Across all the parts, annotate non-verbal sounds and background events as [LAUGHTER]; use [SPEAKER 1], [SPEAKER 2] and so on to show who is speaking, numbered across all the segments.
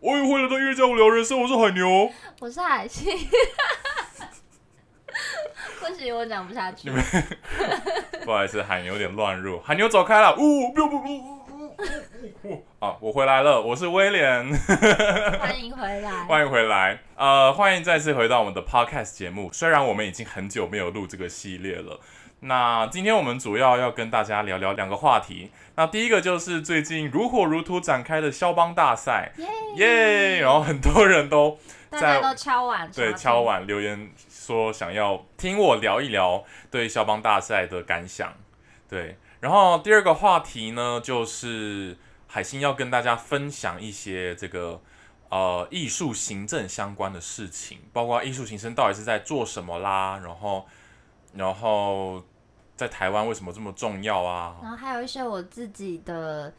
[SPEAKER 1] 我也欢迎来到音乐家无聊人生，我是海
[SPEAKER 2] [LAUGHS]
[SPEAKER 1] 牛。
[SPEAKER 2] 我是海信，不行，我讲不下去
[SPEAKER 1] 你。们不好意思，海牛有点乱入，海牛走开了。呜，不不不不不不，啊，我回来了，我是威廉。
[SPEAKER 2] [LAUGHS]
[SPEAKER 1] [LAUGHS]
[SPEAKER 2] 欢迎回来，
[SPEAKER 1] 欢迎回来，呃，欢迎再次回到我们的 podcast 节目。虽然我们已经很久没有录这个系列了，那今天我们主要要跟大家聊聊两个话题。那第一个就是最近如火如荼展开的肖邦大赛，耶、然后很多人都
[SPEAKER 2] 嗯大家都敲碗，
[SPEAKER 1] 对
[SPEAKER 2] 敲钟
[SPEAKER 1] 敲。碗留言说想要听我聊一聊对肖邦大赛的感想，对。然后第二个话题呢，就是海星要跟大家分享一些这个呃艺术行政相关的事情，包括艺术行政到底是在做什么啦，然后然后在台湾为什么这么重要啊？
[SPEAKER 2] 然后还有一些我自己的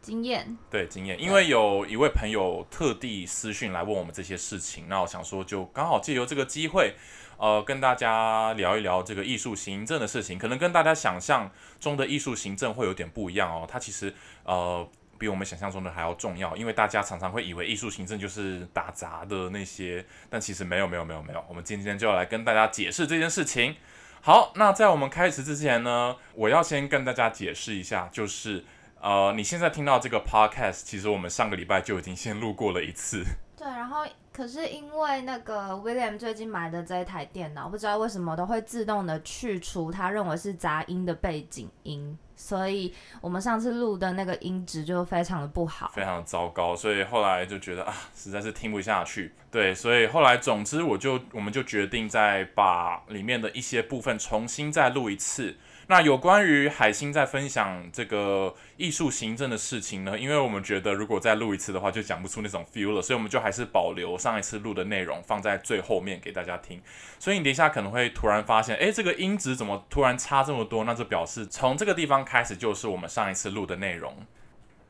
[SPEAKER 2] 经验，
[SPEAKER 1] 对经验，因为有一位朋友特地私讯来问我们这些事情，那我想说就刚好借由这个机会，呃，跟大家聊一聊这个艺术行政的事情，可能跟大家想象中的艺术行政会有点不一样哦，它其实呃。比我们想象中的还要重要，因为大家常常会以为艺术行政就是打杂的那些，但其实没有没有没有没有。我们今天就要来跟大家解释这件事情。好，那在我们开始之前呢，我要先跟大家解释一下，就是呃，你现在听到这个 podcast，其实我们上个礼拜就已经先录过了一次。
[SPEAKER 2] 对，然后可是因为那个 William 最近买的这一台电脑，不知道为什么都会自动的去除他认为是杂音的背景音，所以我们上次录的那个音质就非常的不好。
[SPEAKER 1] 非常糟糕，所以后来就觉得啊，实在是听不下去。对，所以后来总之我就我们就决定再把里面的一些部分重新再录一次。那有关于海星在分享这个艺术行政的事情呢，因为我们觉得如果再录一次的话，就讲不出那种 feel 了，所以我们就还是保留上一次录的内容放在最后面给大家听。所以你等一下可能会突然发现，诶，这个音质怎么突然差这么多？那就表示从这个地方开始就是我们上一次录的内容。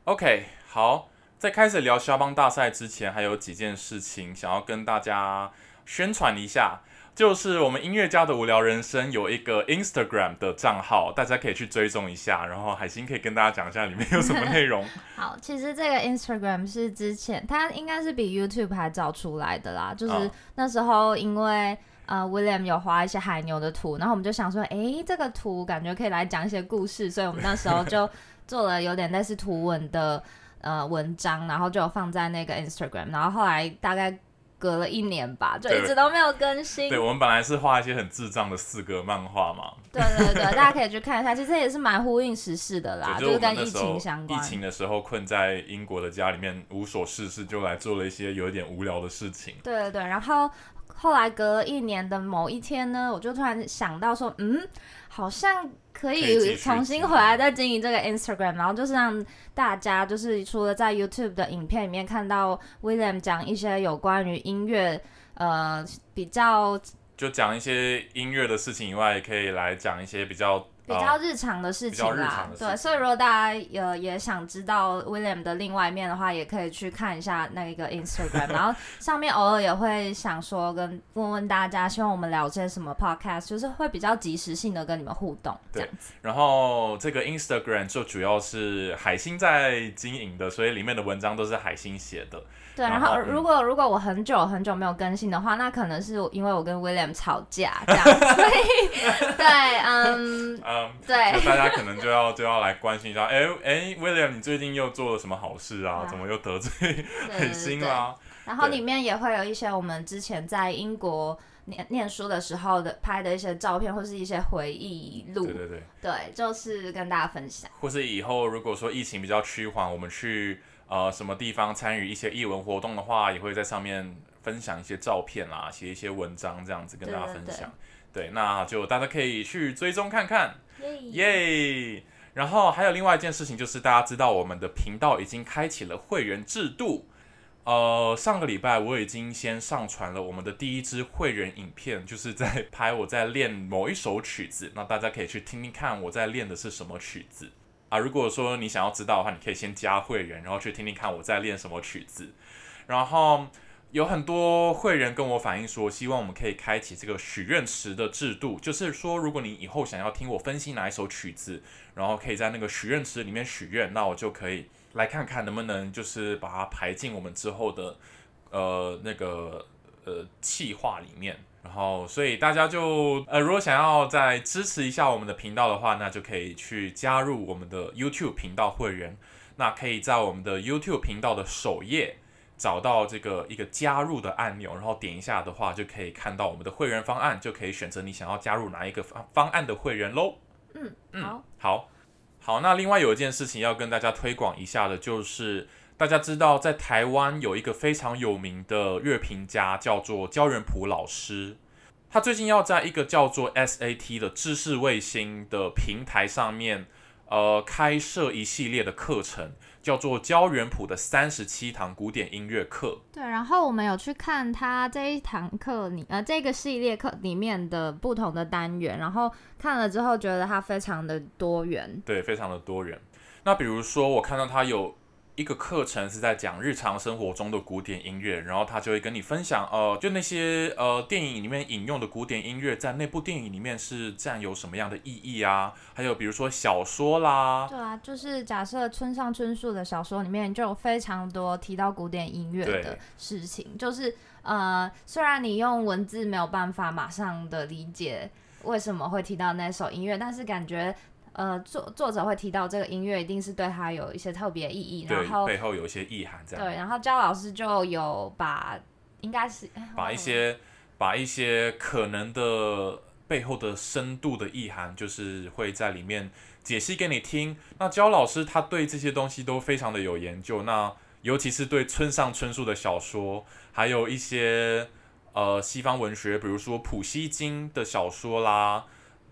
[SPEAKER 1] OK，好，在开始聊肖邦大赛之前，还有几件事情想要跟大家宣传一下，就是我们音乐家的无聊人生有一个 Instagram 的账号，大家可以去追踪一下。然后海星可以跟大家讲一下里面有什么内
[SPEAKER 2] [LAUGHS]
[SPEAKER 1] 容。
[SPEAKER 2] 好，其实这个 Instagram 是之前它应该是比 YouTube 还早出来的啦，就
[SPEAKER 1] 哦
[SPEAKER 2] 是那时候因为。呃，William 有画一些海牛的图，然后我们就想说，诶，这个图感觉可以来讲一些故事，所以我们那时候
[SPEAKER 1] [LAUGHS]
[SPEAKER 2] 就做了有点类似图文的呃文章，然后就有放在那个 Instagram，然后后来大概隔了一年吧，就
[SPEAKER 1] 对
[SPEAKER 2] 一直都没有更新。
[SPEAKER 1] 对我们本来是画一些很智障的四格漫画嘛，
[SPEAKER 2] 对对对，大家可以去看一下，其实也是蛮呼应时事的
[SPEAKER 1] 对
[SPEAKER 2] 啦，啊就是
[SPEAKER 1] 我们
[SPEAKER 2] 跟
[SPEAKER 1] 那
[SPEAKER 2] 疫
[SPEAKER 1] 时候
[SPEAKER 2] 情相关
[SPEAKER 1] 疫。情的时候困在英国的家里面无所事事，就来做了一些有一点无聊的事情。
[SPEAKER 2] 对对对，然后后来隔了一年的某一天呢，我就突然想到说，嗯，好像可
[SPEAKER 1] 可以继续
[SPEAKER 2] 以重新
[SPEAKER 1] 经营
[SPEAKER 2] 回来再经营这个 Instagram，然后就是让大家就是除了在 YouTube 的影片里面看到 William 讲一些有关于音乐，呃，比较
[SPEAKER 1] 就讲一些音乐的事情以外，也可以来讲一些比较
[SPEAKER 2] 比
[SPEAKER 1] 呃
[SPEAKER 2] 较日常的事情
[SPEAKER 1] 比较日
[SPEAKER 2] 啦
[SPEAKER 1] 常的，事
[SPEAKER 2] 对，所以如果大家呃也想知道 William 的另外一面的话，也可以去看一下那个 Instagram，然
[SPEAKER 1] [LAUGHS]
[SPEAKER 2] 后上面偶尔也会想说跟问问大家，希望我们聊些什么 podcast，就是会比较及时性的跟你们互动，这
[SPEAKER 1] 对
[SPEAKER 2] 样
[SPEAKER 1] 然后这个 Instagram 就主要是海星在经营的，所以里面的文章都是海星写的。
[SPEAKER 2] 对。
[SPEAKER 1] 然
[SPEAKER 2] 然
[SPEAKER 1] 后嗯
[SPEAKER 2] 后如果如果我很久很久没有更新的话，那可能是因为我跟 William 吵架这样，所以 [LAUGHS] 对，嗯，
[SPEAKER 1] 嗯，
[SPEAKER 2] 对
[SPEAKER 1] 就。大家可能就要就要来关心一
[SPEAKER 2] [LAUGHS]
[SPEAKER 1] 下，哎哎，William，你最近又做了什么好事啊？
[SPEAKER 2] 啊
[SPEAKER 1] 怎么又得罪
[SPEAKER 2] 对
[SPEAKER 1] 海星啦、
[SPEAKER 2] 然后
[SPEAKER 1] 对
[SPEAKER 2] 里面也会有一些我们之前在英国念念书的时候的拍的一些照片，或是一些回忆录，
[SPEAKER 1] 对对对，
[SPEAKER 2] 嗯对就是跟大家分享。
[SPEAKER 1] 或是以后如果说疫情比较趋缓，我们去呃什么地方参与一些艺文活动的话，也会在上面分享一些照片啦，写一些文章这样子跟大家
[SPEAKER 2] 对对
[SPEAKER 1] 分
[SPEAKER 2] 对
[SPEAKER 1] 享。对，那就大家可以去追踪看看。耶！然后还有另外一件事情，就是大家知道我们的频道已经开启了会员制度。呃，上个礼拜我已经先上传了我们的第一支会员影片，就是在拍我在练某一首曲子，那大家可以去听听看我在练的是什么曲子啊。如果说你想要知道的话，你可以先加会员，然后去听听看我在练什么曲子。然后有很多会员跟我反映说，希望我们可以开启这个许愿池的制度，就是说，如果你以后想要听我分析哪一首曲子，然后可以在那个许愿池里面许愿，那我就可以来看看能不能就是把它排进我们之后的呃那个呃企划里面。然后，所以大家就呃，如果想要再支持一下我们的频道的话，那就可以去加入我们的 YouTube 频道会员。那可以在我们的 YouTube 频道的首页找到这个一个加入的按钮，然后点一下的话，就可以看到我们的会员方案，就可以选择你想要加入哪一个方方案的会员喽。
[SPEAKER 2] 嗯，好，
[SPEAKER 1] 好，好，那另外有一件事情要跟大家推广一下的，就是大家知道在台湾有一个非常有名的乐评家，叫做焦仁溥老师。他最近要在一个叫做 SAT 的知识卫星的平台上面，呃，开设一系列的课程，叫做焦元溥的三十七堂古典音乐课。
[SPEAKER 2] 对，然后我们有去看他这一堂课里，呃，这个系列课里面的不同的单元，然后看了之后觉得它非常的多元。
[SPEAKER 1] 对，非常的多元。那比如说，我看到他有一个课程是在讲日常生活中的古典音乐，然后他就会跟你分享，呃，就那些呃电影里面引用的古典音乐，在那部电影里面是占有什么样的意义啊？还有比如说小说啦，
[SPEAKER 2] 对啊，就是假设村上春树的小说里面就有非常多提到古典音乐
[SPEAKER 1] 对
[SPEAKER 2] 的事情，就是呃，虽然你用文字没有办法马上的理解为什么会提到那首音乐，但是感觉呃作作者会提到这个音乐，一定是对他有一些特别意义，然后
[SPEAKER 1] 对，背后有一些意涵，这样
[SPEAKER 2] 对，然后焦老师就有把应该是哎
[SPEAKER 1] 把一些把一些可能的背后的深度的意涵，就是会在里面解析给你听。那焦老师他对这些东西都非常的有研究，那尤其是对村上春树的小说，还有一些呃西方文学，比如说普希金的小说啦，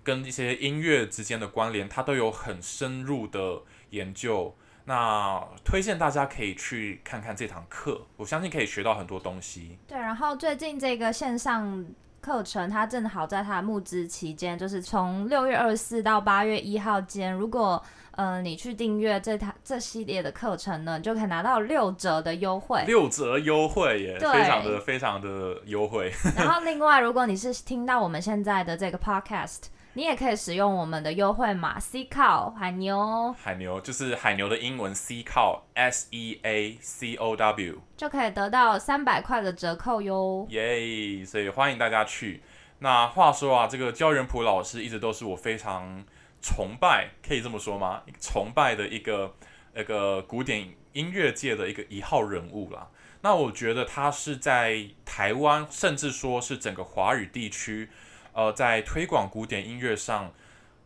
[SPEAKER 1] 跟一些音乐之间的关联，他都有很深入的研究。那推荐大家可以去看看这堂课，我相信可以学到很多东西。
[SPEAKER 2] 对，然后最近这个线上课程，它正好在它的募资期间，就是从六月二十四到八月一号间，如果呃你去订阅这堂这系列的课程呢，你就可以拿到六折的优惠。
[SPEAKER 1] 六折优惠耶，
[SPEAKER 2] 对
[SPEAKER 1] 非常的非常的优惠。
[SPEAKER 2] 然后另外，如果你是听到我们现在的这个 podcast，你也可以使用我们的优惠码 C 靠海哦牛，
[SPEAKER 1] 海牛就是海牛的英文 C 靠 S E A C O W，
[SPEAKER 2] 就可以得到三百块的折扣哟。
[SPEAKER 1] 耶！所以欢迎大家去。那话说啊，这个焦仁溥老师一直都是我非常崇拜，可以这么说吗？崇拜的一个那个古典音乐界的一个一号人物啦。那我觉得他是在台湾，甚至说是整个华语地区，呃，在推广古典音乐上，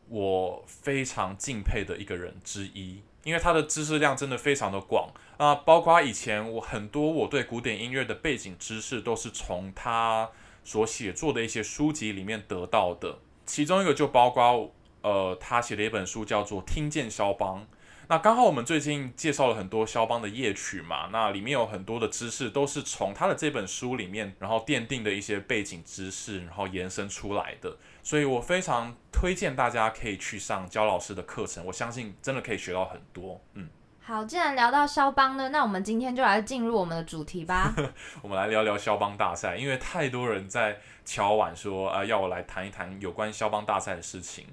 [SPEAKER 1] 我非常敬佩的一个人之一，因为他的知识量真的非常的广啊、包括以前我很多我对古典音乐的背景知识都是从他所写作的一些书籍里面得到的，其中一个就包括呃，他写的一本书叫做《听见肖邦》。那刚好我们最近介绍了很多肖邦的夜曲嘛，那里面有很多的知识都是从他的这本书里面，然后奠定的一些背景知识，然后延伸出来的。所以我非常推荐大家可以去上焦老师的课程，我相信真的可以学到很多。嗯，
[SPEAKER 2] 好，既然聊到肖邦呢，那我们今天就来进入我们的主题吧。
[SPEAKER 1] 我们来聊聊肖邦大赛，因为太多人在敲碗说，啊，要我来谈一谈有关肖邦大赛的事情。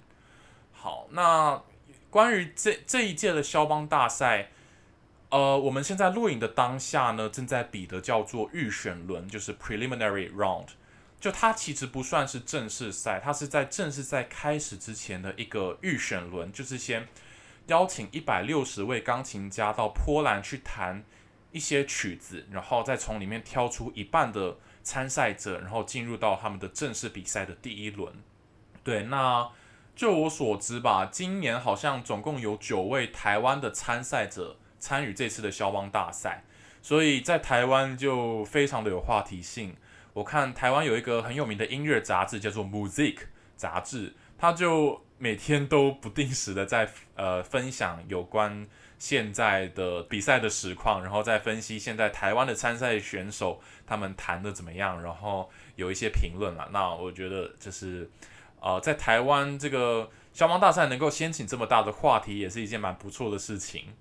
[SPEAKER 1] 好，那关于这这一届的肖邦大赛，呃，我们现在录影的当下呢，正在比的叫做预选轮，就是 preliminary round。就它其实不算是正式赛，它是在正式赛开始之前的一个预选轮，就是先邀请一百六十位钢琴家到波兰去弹一些曲子，然后再从里面挑出一半的参赛者，然后进入到他们的正式比赛的第一轮。对，那就我所知吧，今年好像总共有九位台湾的参赛者参与这次的肖邦大赛，所以在台湾就非常的有话题性。我看台湾有一个很有名的音乐杂志叫做《Music》杂志，它就每天都不定时的在呃分享有关现在的比赛的实况，然后再分析现在台湾的参赛选手他们弹的怎么样，然后有一些评论啦。那我觉得就是呃，在台湾这个消防大赛能够掀起这么大的话题，也是一件蛮不错的事情。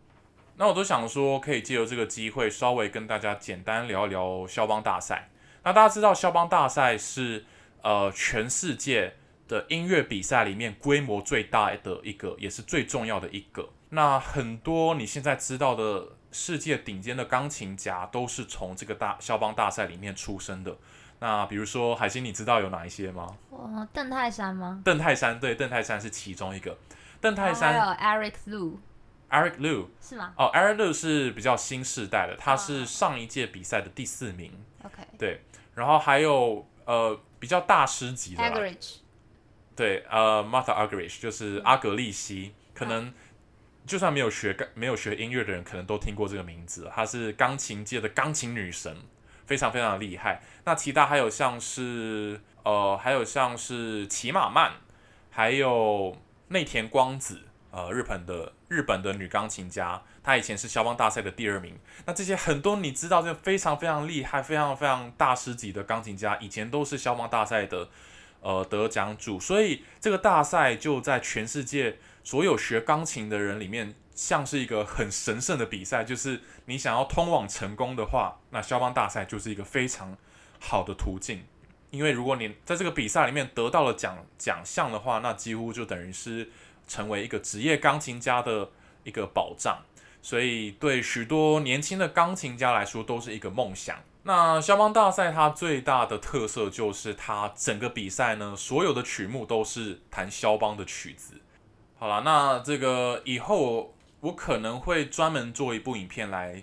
[SPEAKER 1] 那我都想说，可以借由这个机会，稍微跟大家简单聊一聊肖邦大赛。那大家知道，肖邦大赛是呃全世界的音乐比赛里面规模最大的一个，也是最重要的一个。那很多你现在知道的世界顶尖的钢琴家都是从这个大肖邦大赛里面出生的。那比如说海星，你知道有哪一些吗？
[SPEAKER 3] 哦，邓泰山吗？
[SPEAKER 1] 邓泰山，对，邓泰山是其中一个。邓泰
[SPEAKER 3] 然
[SPEAKER 2] 哦
[SPEAKER 1] 山
[SPEAKER 3] 后还有 Eric Lu
[SPEAKER 1] ，Eric Liu，
[SPEAKER 3] 是吗
[SPEAKER 1] 哦，Eric Liu 是比较新世代的，他是上一届比赛的第四名。
[SPEAKER 3] ？OK。
[SPEAKER 1] 然后还有呃比较大师级的啊
[SPEAKER 3] a
[SPEAKER 1] 啦
[SPEAKER 3] g r i d
[SPEAKER 1] 对，呃，Martha a g r i s h 就是阿格利希，可能就算没有学钢没有学音乐的人，可能都听过这个名字。她是钢琴界的钢琴女神，非常非常厉害。那其他还有像是呃，还有像是骑马曼，还有内田光子，呃，日本的日本的女钢琴家，她以前是肖邦大赛的第二名。那这些很多你知道，这非常非常厉害、非常非常大师级的钢琴家，以前都是肖邦大赛的呃得奖主，所以这个大赛就在全世界所有学钢琴的人里面，像是一个很神圣的比赛。就是你想要通往成功的话，那肖邦大赛就是一个非常好的途径。因为如果你在这个比赛里面得到了奖奖项的话，那几乎就等于是成为一个职业钢琴家的一个保障。所以对许多年轻的钢琴家来说都是一个梦想。那肖邦大赛它最大的特色就是它整个比赛呢，所有的曲目都是弹肖邦的曲子。好啦，那这个以后我可能会专门做一部影片来，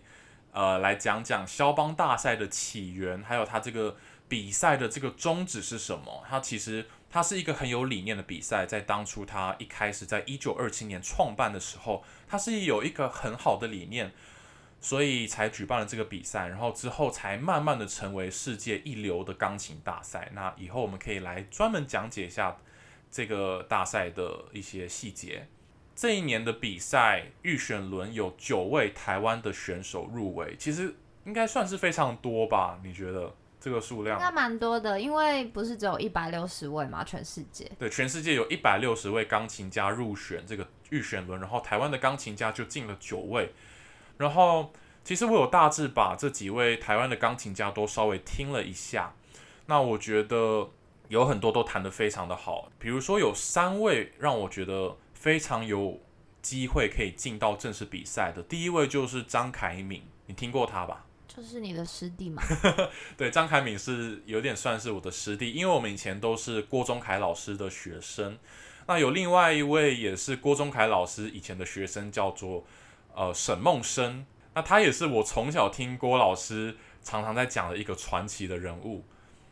[SPEAKER 1] 呃，来讲讲肖邦大赛的起源，还有它这个比赛的这个宗旨是什么。它其实它是一个很有理念的比赛，在当初它一开始在一九二七年创办的时候，它是有一个很好的理念，所以才举办了这个比赛，然后之后才慢慢的成为世界一流的钢琴大赛。那以后我们可以来专门讲解一下这个大赛的一些细节。这一年的比赛预选轮有九位台湾的选手入围，其实应该算是非常多吧？你觉得这个数量
[SPEAKER 3] 应？该蛮多的，因为不是只有一百六十位嘛，全世界。
[SPEAKER 1] 对，全世界有一百六十位钢琴家入选这个预选轮，然后台湾的钢琴家就进了九位。然后其实我有大致把这几位台湾的钢琴家都稍微听了一下，那我觉得有很多都弹得非常的好，比如说有三位让我觉得非常有机会可以进到正式比赛的，第一位就是张凯敏，你听过他吧？
[SPEAKER 3] 就是你的师弟
[SPEAKER 1] [LAUGHS]
[SPEAKER 3] 嘛，
[SPEAKER 1] 对，张凯敏是有点算是我的师弟，因为我们以前都是郭宗凯老师的学生。那有另外一位也是郭宗凯老师以前的学生，叫做呃沈梦生。那他也是我从小听郭老师常常在讲的一个传奇的人物。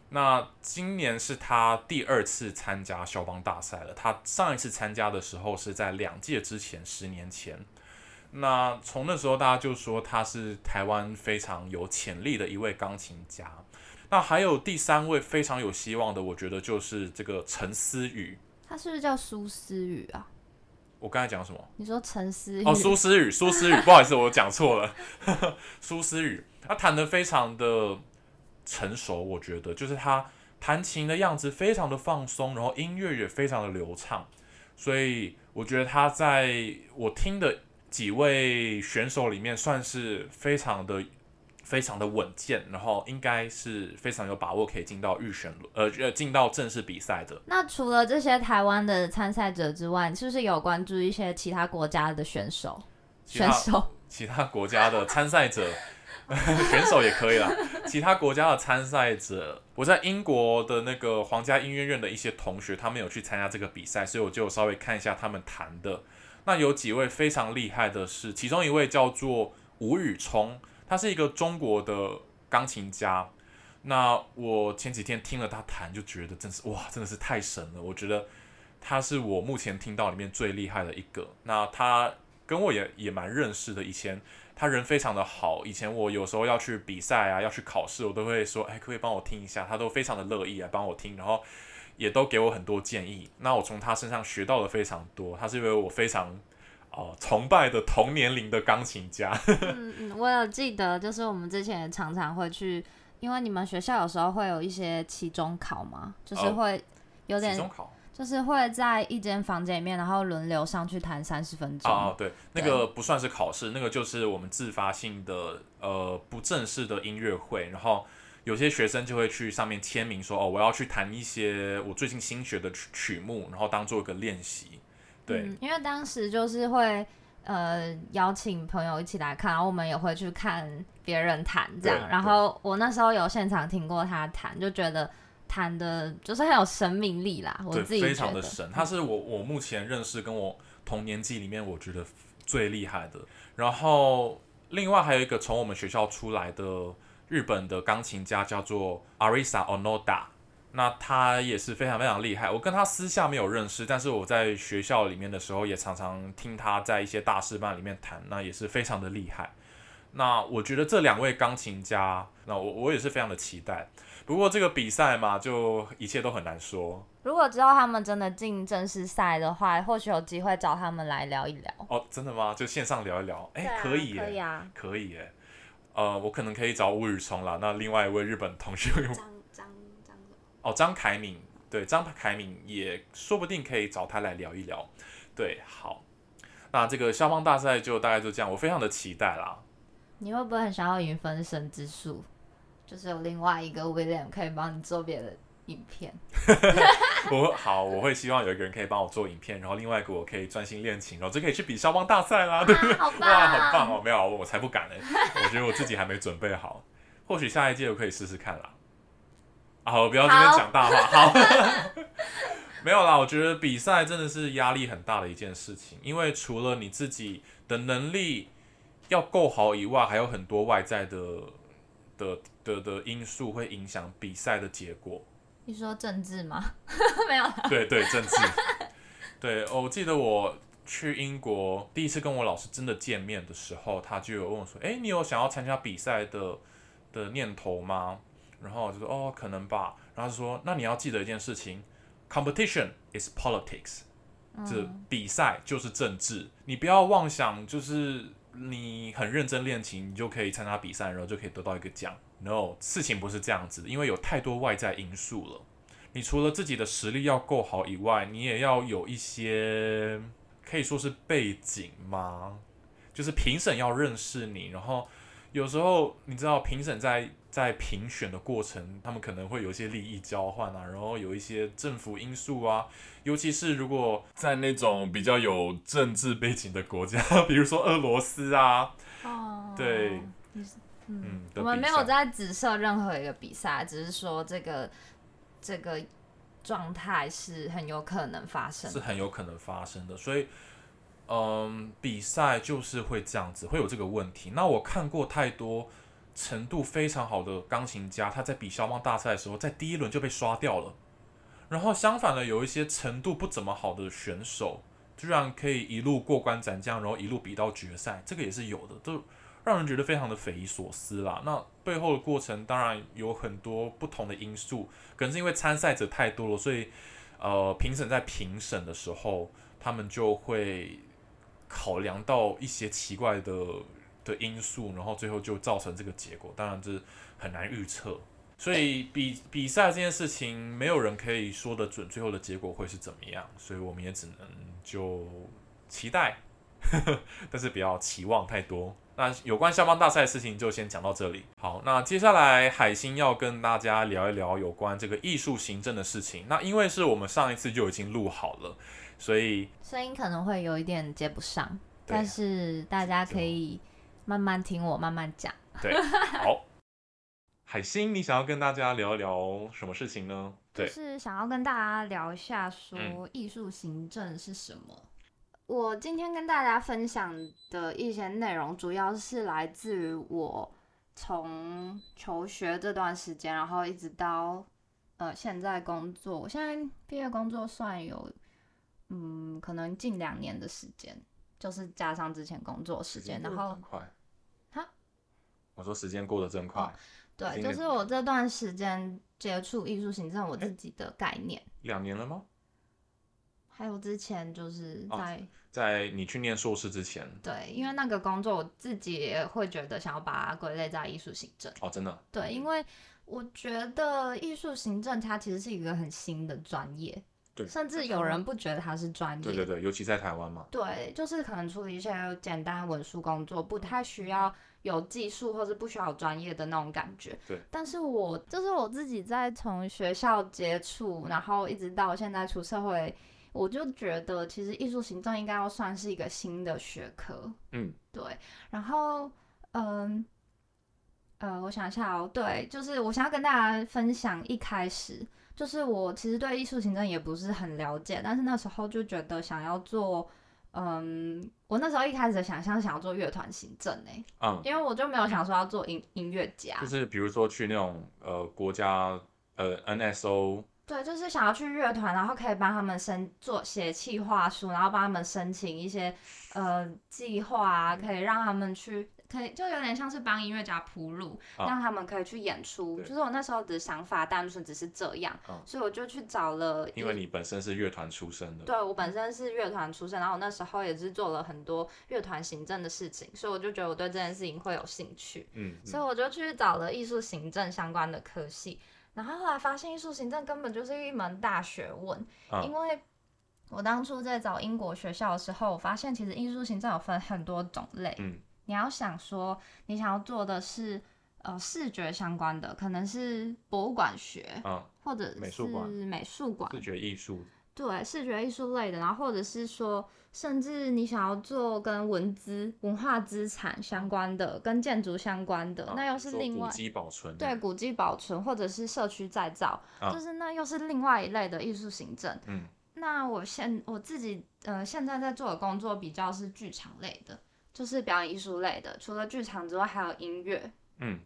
[SPEAKER 1] 那今年是他第二次参加肖邦大赛了。他上一次参加的时候是在两届之前，十年前。那从那时候，大家就说他是台湾非常有潜力的一位钢琴家。那还有第三位非常有希望的，我觉得就是这个陈思雨。
[SPEAKER 3] 他是不是叫苏思雨啊？
[SPEAKER 1] 我刚才讲什么？
[SPEAKER 3] 你说陈思雨？
[SPEAKER 1] 哦，苏思雨，苏思雨，不好意思，我讲错了。 [LAUGHS] 苏思雨，她弹得非常的成熟，我觉得就是她弹琴的样子非常的放松，然后音乐也非常的流畅，所以我觉得她在我听的几位选手里面算是非常的。非常的稳健，然后应该是非常有把握可以进到预选轮，呃呃，进到正式比赛的。
[SPEAKER 3] 那除了这些台湾的参赛者之外，你是不是有关注一些其他国家的选手？
[SPEAKER 1] 其他
[SPEAKER 3] 选手
[SPEAKER 1] [LAUGHS] 其他国家的参赛者、 [LAUGHS] 选手也可以啦。其他国家的参赛者，我在英国的那个皇家音乐院的一些同学，他们有去参加这个比赛，所以我就稍微看一下他们弹的。那有几位非常厉害的是，其中一位叫做吴宇冲，他是一个中国的钢琴家。那我前几天听了他弹，就觉得真是哇，真的是太神了。我觉得他是我目前听到里面最厉害的一个。那他跟我也也蛮认识的，以前他人非常的好，以前我有时候要去比赛啊，要去考试，我都会说，哎，可不可以帮我听一下？他都非常的乐意来啊帮我听，然后也都给我很多建议。那我从他身上学到了非常多，他是一位我非常哦、呃崇拜的同年龄的钢琴家。
[SPEAKER 3] 嗯嗯，我有记得，就是我们之前也常常会去，因为你们学校有时候会有一些期中考嘛，就是
[SPEAKER 1] 哦
[SPEAKER 3] 会有
[SPEAKER 1] 期
[SPEAKER 3] 点，
[SPEAKER 1] 中考
[SPEAKER 3] 就是会在一间房间里面，然后轮流上去弹三十分钟。
[SPEAKER 1] 啊、对，那个不算是考试，那个就是我们自发性的呃不正式的音乐会，然后有些学生就会去上面签名说哦，我要去弹一些我最近新学的曲曲目，然后当做一个练习。对，
[SPEAKER 3] 嗯，因为当时就是会。呃邀请朋友一起来看，然后我们也会去看别人弹这样
[SPEAKER 1] 对。
[SPEAKER 3] 然后我那时候有现场听过他弹，就觉得弹的就是很有生命力啦，我
[SPEAKER 1] 对，
[SPEAKER 3] 自己
[SPEAKER 1] 非
[SPEAKER 3] 觉
[SPEAKER 1] 常
[SPEAKER 3] 得嗯
[SPEAKER 1] 的。神，他是我我目前认识跟我同年纪里面我觉得最厉害的。然后另外还有一个从我们学校出来的日本的钢琴家叫做 Arisa Onoda，那他也是非常非常厉害。我跟他私下没有认识，但是我在学校里面的时候也常常听他在一些大师班里面弹，那也是非常的厉害。那我觉得这两位钢琴家，那我我也是非常的期待。不过这个比赛嘛，就一切都很难说。
[SPEAKER 3] 如果之后他们真的进正式赛的话，或许有机会找他们来聊一聊。
[SPEAKER 1] 哦，真的吗？就线上聊一聊，哎、
[SPEAKER 3] 对啊
[SPEAKER 1] 可以耶，
[SPEAKER 3] 可以啊，
[SPEAKER 1] 可以耶。呃，我可能可以找吴宇松啦。那另外一位日本同学，
[SPEAKER 2] 张张张什么
[SPEAKER 1] [LAUGHS] 哦，张凯敏，对，张凯敏也说不定可以找他来聊一聊。对，好，那这个肖邦大赛就大概就这样，我非常的期待
[SPEAKER 3] [LAUGHS]
[SPEAKER 1] 啦。
[SPEAKER 3] 你会不会很想要云分身之术？就是有另外一个 William 可以帮你做别的影片。
[SPEAKER 1] 我好，我会希望有一个人可以帮我做影片，然后另外一个我可以专心练琴，然后就可以去比肖邦大赛啦。对不对
[SPEAKER 3] 好
[SPEAKER 1] [LAUGHS] 哇，很棒哦！没有，我才不敢
[SPEAKER 3] [LAUGHS]
[SPEAKER 1] 呢。我觉得我自己还没准备好，或许下一届我可以试试看啦。啊，我不要这边
[SPEAKER 3] 好
[SPEAKER 1] 讲
[SPEAKER 3] [LAUGHS]
[SPEAKER 1] 大话，好。 [LAUGHS] 没有啦，我觉得比赛真的是压力很大的一件事情，因为除了你自己的能力要够好以外，还有很多外在的的的的因素会影响比赛的结果。
[SPEAKER 3] 你说政治吗？ [LAUGHS] 没有啦，
[SPEAKER 1] [LAUGHS] 对对，政治。对、哦我记得我去英国第一次跟我老师真的见面的时候，他就有问我说：“哎，你有想要参加比赛的的念头吗？”然后我就说：“哦，可能吧。”然后他就说：“那你要记得一件事情，competition is politics，这比赛就是政治，你不要妄想就是你很认真练琴，你就可以参加比赛，然后就可以得到一个奖。No，事情不是这样子的，因为有太多外在因素了。”你除了自己的实力要够好以外，你也要有一些可以说是背景吗？就是评审要认识你，然后有时候你知道评审在在评选的过程，他们可能会有一些利益交换啊，然后有一些政府因素啊，尤其是如果在那种比较有政治背景的国家， [LAUGHS] 比如说俄罗斯啊，
[SPEAKER 3] 哦，
[SPEAKER 1] 对，
[SPEAKER 3] 嗯
[SPEAKER 1] 嗯，的
[SPEAKER 3] 我们
[SPEAKER 1] 比
[SPEAKER 3] 没
[SPEAKER 1] 赛
[SPEAKER 3] 有在指涉任何一个比赛，只是说这个这个状态是很有可能发生
[SPEAKER 1] 是
[SPEAKER 3] 的。
[SPEAKER 1] 很有可能发生的。所以，嗯，比赛就是会这样子，会有这个问题。那我看过太多程度非常好的钢琴家，他在比肖邦大赛的时候，在第一轮就被刷掉了。然后相反的，有一些程度不怎么好的选手，居然可以一路过关斩将，然后一路比到决赛，这个也是有的，都让人觉得非常的匪夷所思啦。那背后的过程当然有很多不同的因素，可能是因为参赛者太多了，所以呃，评审在评审的时候，他们就会考量到一些奇怪的的因素，然后最后就造成这个结果。当然，这很难预测。所以比比赛这件事情，没有人可以说得准最后的结果会是怎么样，所以我们也只能就期待，但是不要期望太多。那有关校方大赛的事情就先讲到这里。好，那接下来海星要跟大家聊一聊有关这个艺术行政的事情。那因为是我们上一次就已经录好了，所以
[SPEAKER 3] 声音可能会有一点接不上，
[SPEAKER 1] 对啊
[SPEAKER 3] 但是大家
[SPEAKER 1] 就
[SPEAKER 3] 可以慢慢听我慢慢讲。
[SPEAKER 1] 对，好。海星，你想要跟大家聊一聊什么事情呢？
[SPEAKER 2] 就
[SPEAKER 1] 对，
[SPEAKER 2] 是想要跟大家聊一下，说
[SPEAKER 1] 嗯
[SPEAKER 2] 艺术行政是什么。我今天跟大家分享的一些内容，主要是来自于我从求学这段时间，然后一直到呃现在工作。我现在毕业工作算有，嗯，可能近两年的时间，就是加上之前工作时间，然后
[SPEAKER 1] 很快。
[SPEAKER 2] 哈，
[SPEAKER 1] 我说时间过得真快。
[SPEAKER 2] 哦对，
[SPEAKER 1] 经
[SPEAKER 2] 就
[SPEAKER 1] 历
[SPEAKER 2] 是我这段时间接触艺术行政我自己的概念，
[SPEAKER 1] 两年了吗？
[SPEAKER 2] 还有之前就是
[SPEAKER 1] 哦
[SPEAKER 2] 在。
[SPEAKER 1] 在你去念硕士之前，
[SPEAKER 2] 对，因为那个工作我自己也会觉得想要把它归类在艺术行政。
[SPEAKER 1] 哦，真的，
[SPEAKER 2] 对，因为我觉得艺术行政它其实是一个很新的专业，
[SPEAKER 1] 对
[SPEAKER 2] 甚至有人不觉得它是专业。
[SPEAKER 1] 对对对，尤其在台湾嘛，
[SPEAKER 2] 对就是可能处理一些简单的文书工作，不太需要有技术或是不需要有专业的那种感觉。
[SPEAKER 1] 对。
[SPEAKER 2] 但是我就是我自己在从学校接触，然后一直到现在出社会，我就觉得其实艺术行政应该要算是一个新的学科。
[SPEAKER 1] 嗯，
[SPEAKER 2] 对。然后，嗯，呃，我想一下哦，对，就是我想要跟大家分享，一开始就是我其实对艺术行政也不是很了解，但是那时候就觉得想要做。嗯，我那时候一开始的想象想要做乐团行政诶、
[SPEAKER 1] 嗯，
[SPEAKER 2] 因为我就没有想说要做音音乐家，
[SPEAKER 1] 就是比如说去那种呃国家呃 NSO，
[SPEAKER 2] 对，就是想要去乐团，然后可以帮他们申做写企划书，然后帮他们申请一些呃计划啊，可以让他们去，可以就有点像是帮音乐家铺路，
[SPEAKER 1] 啊
[SPEAKER 2] 让他们可以去演出。
[SPEAKER 1] 对
[SPEAKER 2] 就是我那时候的想法单纯只是这样，
[SPEAKER 1] 啊
[SPEAKER 2] 所以我就去找了一，
[SPEAKER 1] 因为你本身是乐团出身的，
[SPEAKER 2] 对我本身是乐团出身，然后我那时候也是做了很多乐团行政的事情，所以我就觉得我对这件事情会有兴趣。
[SPEAKER 1] 嗯，嗯
[SPEAKER 2] 所以我就去找了艺术行政相关的科系，然后后来发现艺术行政根本就是一门大学问，
[SPEAKER 1] 嗯
[SPEAKER 2] 因为我当初在找英国学校的时候，我发现其实艺术行政有分很多种类，
[SPEAKER 1] 嗯
[SPEAKER 2] 你要想说你想要做的是呃视觉相关的，可能是博物馆学
[SPEAKER 1] 嗯，
[SPEAKER 2] 或者是
[SPEAKER 1] 美术馆
[SPEAKER 2] 美术馆
[SPEAKER 1] 视觉艺术，
[SPEAKER 2] 对，视觉艺术类的，然后或者是说，甚至你想要做跟文资、文化资产相关的，跟建筑相关的，
[SPEAKER 1] 啊
[SPEAKER 2] 那又是
[SPEAKER 1] 说
[SPEAKER 2] 另外
[SPEAKER 1] 古迹保存，
[SPEAKER 2] 对，古迹保存或者是社区再造，
[SPEAKER 1] 嗯啊
[SPEAKER 2] 就是那又是另外一类的艺术行政。
[SPEAKER 1] 嗯，
[SPEAKER 2] 那我现我自己呃现在在做的工作比较是剧场类的，就是表演艺术类的，除了剧场之外还有音乐，
[SPEAKER 1] 嗯，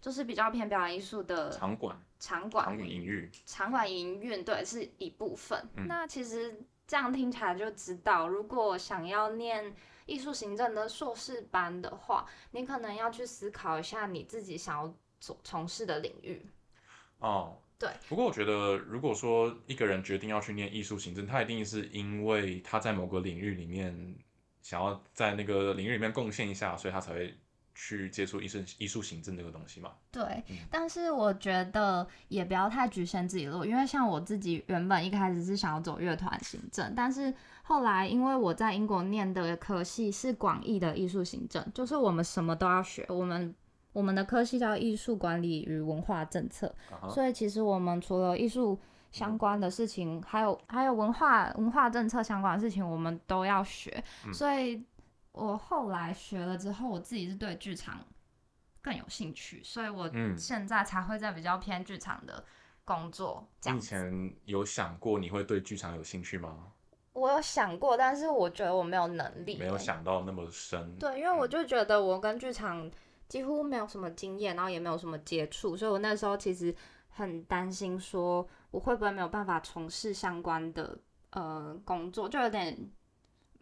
[SPEAKER 2] 就是比较偏表演艺术的
[SPEAKER 1] 场馆
[SPEAKER 2] 场
[SPEAKER 1] 场
[SPEAKER 2] 馆
[SPEAKER 1] 馆隐喻，
[SPEAKER 2] 场馆营运对是一部分。
[SPEAKER 1] 嗯
[SPEAKER 2] 那其实这样听起来就知道，如果想要念艺术行政的硕士班的话，你可能要去思考一下你自己想要从从事的领域。
[SPEAKER 1] 哦，
[SPEAKER 2] 对。
[SPEAKER 1] 不过我觉得，如果说一个人决定要去念艺术行政，他一定是因为他在某个领域里面想要在那个领域里面贡献一下，所以他才会去接触艺术艺术行政这个东西嘛。
[SPEAKER 2] 对
[SPEAKER 1] 嗯，
[SPEAKER 2] 但是我觉得也不要太局限自己路，因为像我自己原本一开始是想要走乐团行政，但是后来因为我在英国念的科系是广义的艺术行政，就是我们什么都要学，我们我们的科系叫艺术管理与文化政策，
[SPEAKER 1] 啊哈，
[SPEAKER 2] 所以其实我们除了艺术相关的事情，还有还有文化文化政策相关的事情，我们都要学。
[SPEAKER 1] 嗯
[SPEAKER 2] 所以我后来学了之后，我自己是对剧场更有兴趣，所以我
[SPEAKER 1] 嗯
[SPEAKER 2] 现在才会在比较偏剧场的工作这
[SPEAKER 1] 你
[SPEAKER 2] 样
[SPEAKER 1] 以
[SPEAKER 2] 子。
[SPEAKER 1] 前有想过你会对剧场有兴趣吗？
[SPEAKER 2] 我有想过，但是我觉得我没有能力
[SPEAKER 1] 没有想到那么深。
[SPEAKER 2] 对，因为我就觉得我跟剧场几乎没有什么经验，然后也没有什么接触，所以我那时候其实很担心说我会不会没有办法从事相关的呃工作，就有点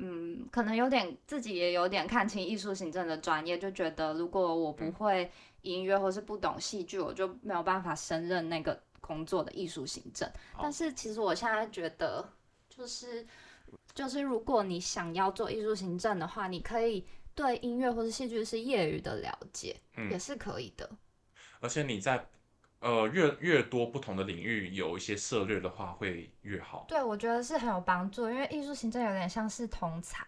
[SPEAKER 2] 嗯，可能有点自己也有点看清艺术行政的专业，就觉得如果我不会音乐或是不懂戏剧，我就没有办法胜任那个工作的艺术行政。
[SPEAKER 1] 好
[SPEAKER 2] 但是其实我现在觉得就是。就是如果你想要做艺术行政的话，你可以对音乐或是戏剧是业余的了解，
[SPEAKER 1] 嗯
[SPEAKER 2] 也是可以的。
[SPEAKER 1] 而且你在呃越越多不同的领域有一些涉略的话，会越好。
[SPEAKER 2] 对，我觉得是很有帮助，因为艺术行政有点像是同才。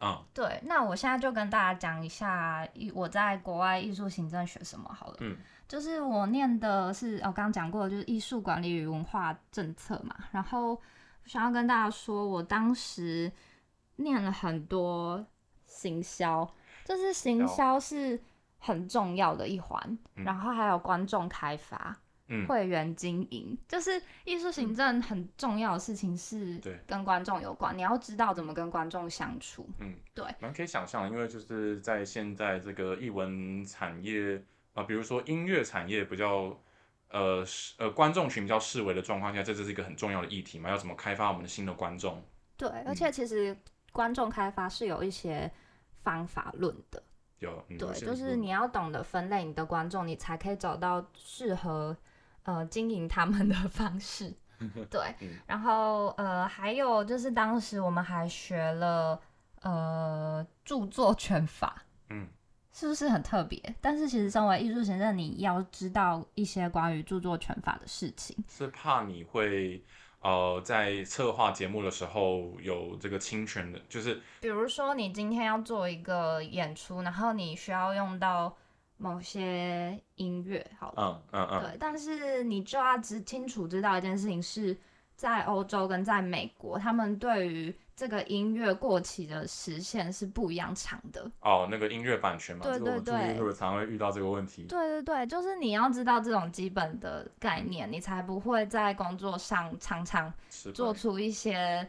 [SPEAKER 1] 嗯
[SPEAKER 2] 对，那我现在就跟大家讲一下艺我在国外艺术行政学什么好了。
[SPEAKER 1] 嗯
[SPEAKER 2] 就是我念的是哦，刚刚讲过的，就是艺术管理与文化政策嘛。然后想要跟大家说，我当时念了很多行销，就是行销是很重要的一环，
[SPEAKER 1] 嗯
[SPEAKER 2] 然后还有观众开发、
[SPEAKER 1] 嗯，
[SPEAKER 2] 会员经营，就是艺术行政很重要的事情是
[SPEAKER 1] 对
[SPEAKER 2] 跟观众有关，你要知道怎么跟观众相处。
[SPEAKER 1] 蛮可以想象，因为就是在现在这个艺文产业啊、比如说音乐产业比较呃是呃观众群比较视为的状况下，这就是一个很重要的议题嘛，要怎么开发我们的新的观众？
[SPEAKER 2] 对，
[SPEAKER 1] 嗯
[SPEAKER 2] 而且其实观众开发是有一些方法论的。
[SPEAKER 1] 有、嗯、有
[SPEAKER 2] 对，
[SPEAKER 1] 些
[SPEAKER 2] 就是
[SPEAKER 1] 理论
[SPEAKER 2] 你要懂得分类你的观众，你才可以找到适合呃经营他们的
[SPEAKER 1] [LAUGHS]
[SPEAKER 2] 方式。对
[SPEAKER 1] 嗯，
[SPEAKER 2] 然后呃还有就是当时我们还学了呃著作权法，
[SPEAKER 1] 嗯
[SPEAKER 2] 是不是很特别？但是其实身为艺术行政，你要知道一些关于著作权法的事情。
[SPEAKER 1] 是怕你会。呃，在策划节目的时候有这个侵权的，就是
[SPEAKER 2] 比如说，你今天要做一个演出，然后你需要用到某些音乐，好了。
[SPEAKER 1] 嗯嗯嗯，
[SPEAKER 2] 对，但是你就要知清楚知道一件事情是，在欧洲跟在美国，他们对于这个音乐过期的时限是不一样长的。
[SPEAKER 1] 哦，那个音乐版权嘛，
[SPEAKER 2] 对
[SPEAKER 1] 这个我
[SPEAKER 2] 对
[SPEAKER 1] 注意
[SPEAKER 2] 对
[SPEAKER 1] 会常会遇到这个问题。
[SPEAKER 2] 对对对，就是你要知道这种基本的概念，你才不会在工作上常常
[SPEAKER 1] 是
[SPEAKER 2] 做
[SPEAKER 1] 吧
[SPEAKER 2] 出一些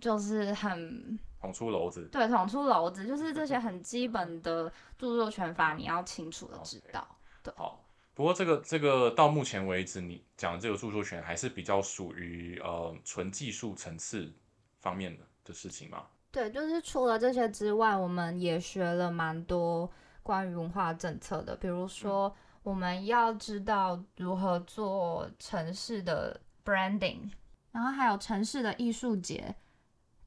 [SPEAKER 2] 就是很
[SPEAKER 1] 捅出篓子。
[SPEAKER 2] 对捅出篓子，就是这些很基本的著作权法，你要清楚的知道。
[SPEAKER 1] 好，不过这个这个到目前为止，你讲的这个著作权还是比较属于呃纯技术层次方面的的事情嘛。
[SPEAKER 2] 对，就是除了这些之外，我们也学了蛮多关于文化政策的，比如说我们要知道如何做城市的 branding，然后还有城市的艺术节，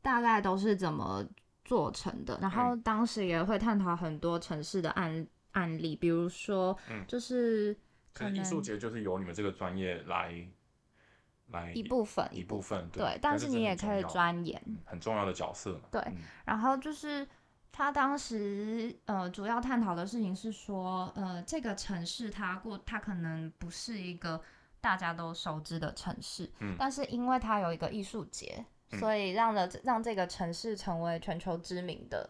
[SPEAKER 2] 大概都是怎么做成的。然后当时也会探讨很多城市的案案例，比如说
[SPEAKER 1] 嗯
[SPEAKER 2] 就是
[SPEAKER 1] 可
[SPEAKER 2] 可
[SPEAKER 1] 能艺术
[SPEAKER 2] 能
[SPEAKER 1] 节就是由你们这个专业来来
[SPEAKER 2] 一部分
[SPEAKER 1] 一部分
[SPEAKER 2] 对，但
[SPEAKER 1] 但
[SPEAKER 2] 是
[SPEAKER 1] 这
[SPEAKER 2] 你也
[SPEAKER 1] 很重
[SPEAKER 2] 可以
[SPEAKER 1] 要
[SPEAKER 2] 钻研。
[SPEAKER 1] 嗯很重要的角色嘛。
[SPEAKER 2] 对
[SPEAKER 1] 嗯
[SPEAKER 2] 然后就是他当时呃主要探讨的事情是说，呃，这个城市它过它可能不是一个大家都熟知的城市，
[SPEAKER 1] 嗯
[SPEAKER 2] 但是因为它有一个艺术节，
[SPEAKER 1] 嗯
[SPEAKER 2] 所以让了让这个城市成为全球知名的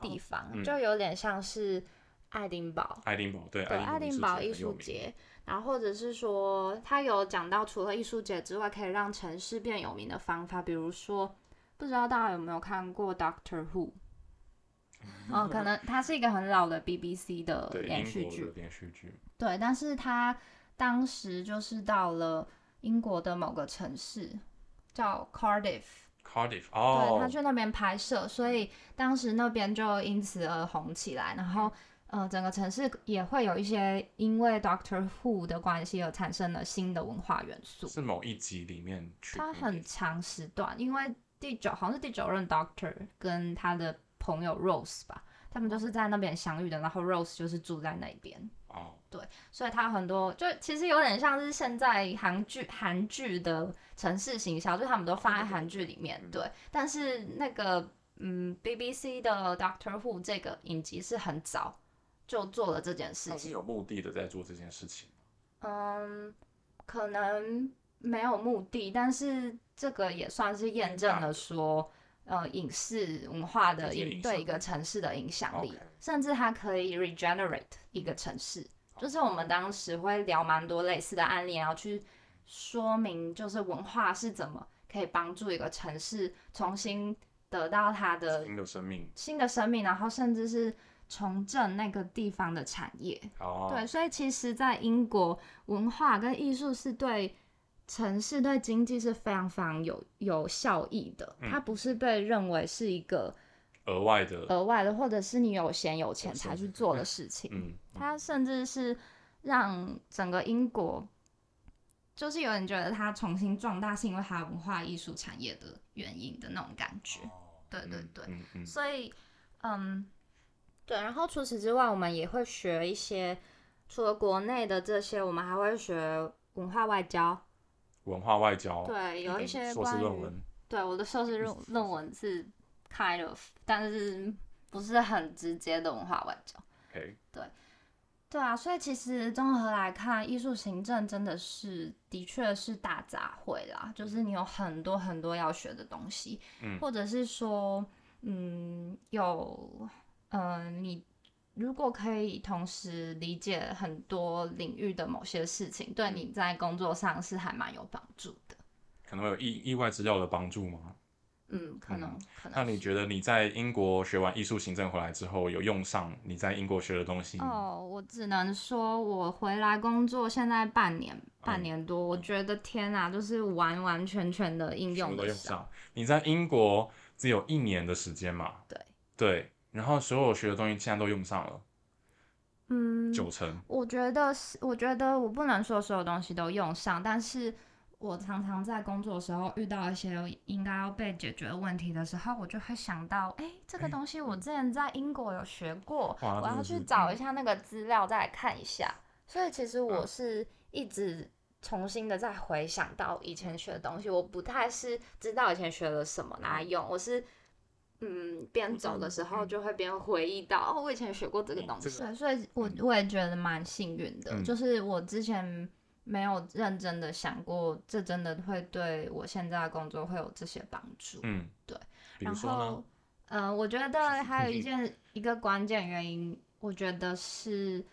[SPEAKER 2] 地方，
[SPEAKER 1] 嗯
[SPEAKER 2] 就有点像是爱丁堡。
[SPEAKER 1] 爱丁堡对
[SPEAKER 2] 对，爱丁堡艺
[SPEAKER 1] 艺术
[SPEAKER 2] 术
[SPEAKER 1] 节
[SPEAKER 2] 节，然后或者是说，他有讲到除了艺术节之外，可以让城市变有名的方法，比如说，不知道大家有没有看过 Doctor
[SPEAKER 1] [LAUGHS]
[SPEAKER 2] Who？哦，可能它是一个很老的 BBC 的
[SPEAKER 1] 很有名
[SPEAKER 2] 连
[SPEAKER 1] 对
[SPEAKER 2] 续
[SPEAKER 1] 英国
[SPEAKER 2] 剧
[SPEAKER 1] 的，连续剧，
[SPEAKER 2] 对，但是他当时就是到了英国的某个城市叫 Cardiff，
[SPEAKER 1] Cardiff
[SPEAKER 2] 对
[SPEAKER 1] 哦，
[SPEAKER 2] 他去那边拍摄，所以当时那边就因此而红起来，然后。呃，整个城市也会有一些因为 Doctor Who 的关系而产生了新的文化元素。
[SPEAKER 1] 是某一集里面去，
[SPEAKER 2] 它很长时段，因为第九好像是第九任 Doctor 跟他的朋友 Rose 吧，他们就是在那边相遇的，然后 Rose 就是住在那边，
[SPEAKER 1] 哦，
[SPEAKER 2] 所以他很多就其实有点像是现在韩剧韩剧的城市行销，就他们都放在韩剧里面，对。但是那个嗯，BBC 的 Doctor Who 这个影集是很早就做了这件事
[SPEAKER 1] 他
[SPEAKER 2] 情
[SPEAKER 1] 是，有目的的在做这件事情。
[SPEAKER 2] 嗯，可能没有目的，但是这个也算是验证了说，呃，影视文化的
[SPEAKER 1] 这些
[SPEAKER 2] 影
[SPEAKER 1] 影
[SPEAKER 2] 对
[SPEAKER 1] 响
[SPEAKER 2] 一个城市的影响力
[SPEAKER 1] OK
[SPEAKER 2] 甚至它可以 regenerate 一个城市。就是我们当时会聊蛮多类似的案例，然后去说明就是文化是怎么可以帮助一个城市重新得到它的
[SPEAKER 1] 新的生命
[SPEAKER 2] 新的生命，然后甚至是重振那个地方的产业。
[SPEAKER 1] 哦，
[SPEAKER 2] 对，所以其实，在英国，文化跟艺术是对城市、对经济是非常非常有有效益的。
[SPEAKER 1] 嗯
[SPEAKER 2] 它不是被认为是一个
[SPEAKER 1] 额外的，
[SPEAKER 2] 额外的，或者是你有闲有钱
[SPEAKER 1] 有
[SPEAKER 2] 才
[SPEAKER 1] 闲
[SPEAKER 2] 去做的事情。
[SPEAKER 1] 嗯，
[SPEAKER 2] 它甚至是让整个英国，就是有人觉得它重新壮大，是因为它文化艺术产业的原因的那种感觉。对对对。
[SPEAKER 1] 哦嗯嗯，
[SPEAKER 2] 所以，嗯，对。然后除此之外，我们也会学一些，除了国内的这些，我们还会学文化外交。
[SPEAKER 1] 文化外交，嗯
[SPEAKER 2] 对，有一些
[SPEAKER 1] 哦硕士
[SPEAKER 2] 关
[SPEAKER 1] 论
[SPEAKER 2] 于
[SPEAKER 1] 文，
[SPEAKER 2] 对我的硕士
[SPEAKER 1] [LAUGHS]
[SPEAKER 2] 论论文是 kind of，但是不是很直接的文化外交。
[SPEAKER 1] OK，
[SPEAKER 2] 对啊，所以其实综合来看，艺术行政真的是的确是大杂烩啦，就是你有很多很多要学的东西，
[SPEAKER 1] 嗯
[SPEAKER 2] 或者是说，嗯，有，呃，你如果可以同时理解很多领域的某些事情，
[SPEAKER 1] 嗯
[SPEAKER 2] 对你在工作上是还蛮有帮助的。
[SPEAKER 1] 可能会有意意外资料的帮助吗？
[SPEAKER 2] 嗯，可能、可
[SPEAKER 1] 那
[SPEAKER 2] 能
[SPEAKER 1] 你
[SPEAKER 2] 是
[SPEAKER 1] 觉得你在英国学完艺术行政回来之后，有用上你在英国学的东西？
[SPEAKER 2] 哦，我只能说，我回来工作现在半年，半
[SPEAKER 1] 嗯
[SPEAKER 2] 年多，我觉得天哪，就是完完全全的应
[SPEAKER 1] 全
[SPEAKER 2] 用
[SPEAKER 1] 部都
[SPEAKER 2] 得
[SPEAKER 1] 用
[SPEAKER 2] 上。
[SPEAKER 1] 上。你在英国只有一年的时间嘛？
[SPEAKER 2] 对
[SPEAKER 1] 对，然后所有学的东西现在都用上了，
[SPEAKER 2] 嗯，
[SPEAKER 1] 九成。
[SPEAKER 2] 我觉得是，我觉得我不能说所有东西都用上，但是我常常在工作的时候遇到一些应该要被解决的问题的时候，我就会想到，哎、这个
[SPEAKER 1] 诶嗯
[SPEAKER 2] 东西我之前在英国有学过，
[SPEAKER 1] 哇
[SPEAKER 2] 我
[SPEAKER 1] 真
[SPEAKER 2] 要
[SPEAKER 1] 的
[SPEAKER 2] 去
[SPEAKER 1] 是
[SPEAKER 2] 找
[SPEAKER 1] 嗯
[SPEAKER 2] 一下那个资料再来看一下。所以其实我
[SPEAKER 1] 嗯
[SPEAKER 2] 是一直重新的再回想到以前学的东西，我不太是知道以前学了什么拿来用，我是。嗯，边走的时候就会边回忆到，哦，我以前学过这个
[SPEAKER 1] 嗯
[SPEAKER 2] 东
[SPEAKER 1] 这
[SPEAKER 2] 西
[SPEAKER 1] 个，
[SPEAKER 2] 对，所以我
[SPEAKER 1] 嗯
[SPEAKER 2] 我也觉得蛮幸运的，
[SPEAKER 1] 嗯
[SPEAKER 2] 就是我之前没有认真的想过，这真的会对我现在的工作会有这些帮助。
[SPEAKER 1] 嗯，
[SPEAKER 2] 对。
[SPEAKER 1] 比如说
[SPEAKER 2] 然
[SPEAKER 1] 呢嗯
[SPEAKER 2] 后，，呃，我觉得还有一件一个关键原因，我觉得是，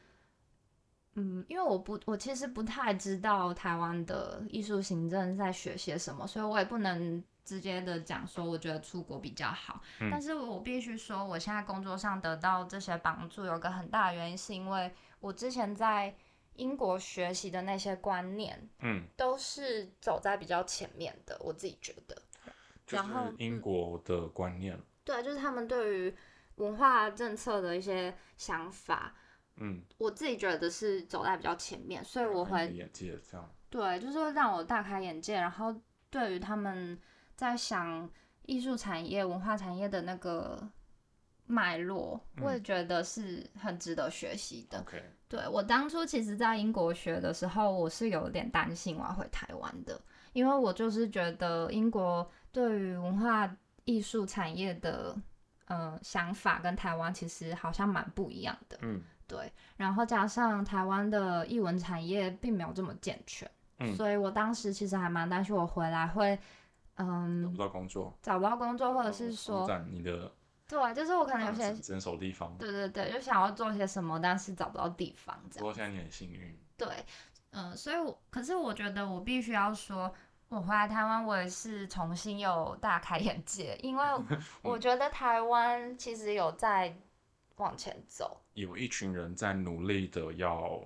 [SPEAKER 2] 嗯，因为我不，我其实不太知道台湾的艺术行政在学些什么，所以我也不能直接的讲说我觉得出国比较好。
[SPEAKER 1] 嗯
[SPEAKER 2] 但是我必须说，我现在工作上得到这些帮助，有个很大的原因是因为我之前在英国学习的那些观念，
[SPEAKER 1] 嗯，
[SPEAKER 2] 都是走在比较前面的，我自己觉得。
[SPEAKER 1] 就
[SPEAKER 2] 然后嗯
[SPEAKER 1] 是英国的观念，
[SPEAKER 2] 对，啊就是他们对于文化政策的一些想法，
[SPEAKER 1] 嗯，
[SPEAKER 2] 我自己觉得是走在比较前面，所以我
[SPEAKER 1] 开你
[SPEAKER 2] 会
[SPEAKER 1] 眼界这样，
[SPEAKER 2] 对，就是会让我大开眼界。然后对于他们在想艺术产业、文化产业的那个脉络，我也觉得是很值得学习的。
[SPEAKER 1] OK，
[SPEAKER 2] 对我当初其实，在英国学的时候，我是有点担心我要回台湾的，因为我就是觉得英国对于文化艺术产业的呃想法跟台湾其实好像蛮不一样的。
[SPEAKER 1] 嗯
[SPEAKER 2] 对，然后加上台湾的艺文产业并没有这么健全，
[SPEAKER 1] 嗯
[SPEAKER 2] 所以我当时其实还蛮担心我回来会
[SPEAKER 1] 找
[SPEAKER 2] 嗯
[SPEAKER 1] 不到工作，
[SPEAKER 2] 找不到工作，或者
[SPEAKER 1] 呃
[SPEAKER 2] 是
[SPEAKER 1] 挑
[SPEAKER 2] 说
[SPEAKER 1] 战你的
[SPEAKER 2] 对，就是我可能有些
[SPEAKER 1] 呃整首地方，
[SPEAKER 2] 对对对，就想要做些什么，但是找不到地方这
[SPEAKER 1] 不过
[SPEAKER 2] 样。
[SPEAKER 1] 现在你很幸运，
[SPEAKER 2] 对，嗯、所以我可是我觉得我必须要说，我回来台湾，我也是重新有大开眼界，因为我觉得台湾其实有在往前走，
[SPEAKER 1] 有一群人在努力的要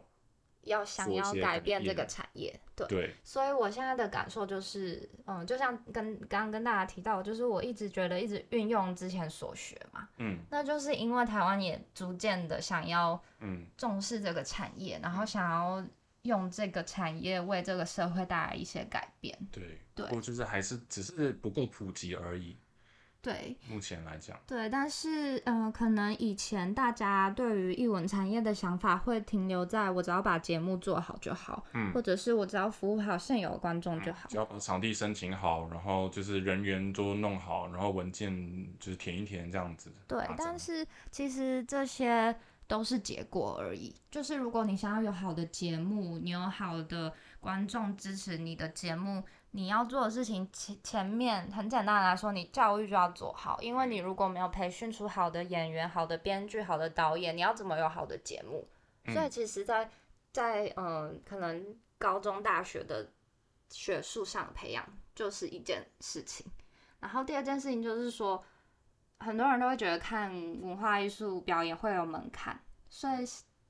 [SPEAKER 2] 要想
[SPEAKER 1] 做一
[SPEAKER 2] 要
[SPEAKER 1] 些
[SPEAKER 2] 改
[SPEAKER 1] 改
[SPEAKER 2] 变这
[SPEAKER 1] 变
[SPEAKER 2] 个产业，对。
[SPEAKER 1] 对，
[SPEAKER 2] 所以我现在的感受就是，嗯，就像跟刚刚跟大家提到，就是我一直觉得一直运用之前所学嘛，
[SPEAKER 1] 嗯
[SPEAKER 2] 那就是因为台湾也逐渐的想要
[SPEAKER 1] 嗯
[SPEAKER 2] 重视这个产业，然后想要用这个产业为这个社会带来一些改变。
[SPEAKER 1] 对，
[SPEAKER 2] 对
[SPEAKER 1] 不过就是还是只是不够普及而已，
[SPEAKER 2] 对
[SPEAKER 1] 目前来讲，
[SPEAKER 2] 对，但是呃，可能以前大家对于艺文产业的想法会停留在我只要把节目做好就好，
[SPEAKER 1] 嗯
[SPEAKER 2] 或者是我只要服务好现有的观众就好。
[SPEAKER 1] 只要把场地申请好，然后就是人员都弄好，然后文件就是填一填这样子。
[SPEAKER 2] 对
[SPEAKER 1] 发，
[SPEAKER 2] 但
[SPEAKER 1] 展
[SPEAKER 2] 是其实这些都是结果而已。就是如果你想要有好的节目，你有好的观众支持你的节目，你要做的事情前前面很简单来说，你教育就要做好，因为你如果没有培训出好的演员、好的编剧、好的导演，你要怎么有好的节目？所以
[SPEAKER 1] 嗯
[SPEAKER 2] 其实在，在嗯、呃可能高中、大学的学术上的培养就是一件事情。然后第二件事情就是说，很多人都会觉得看文化艺术表演会有门槛，所以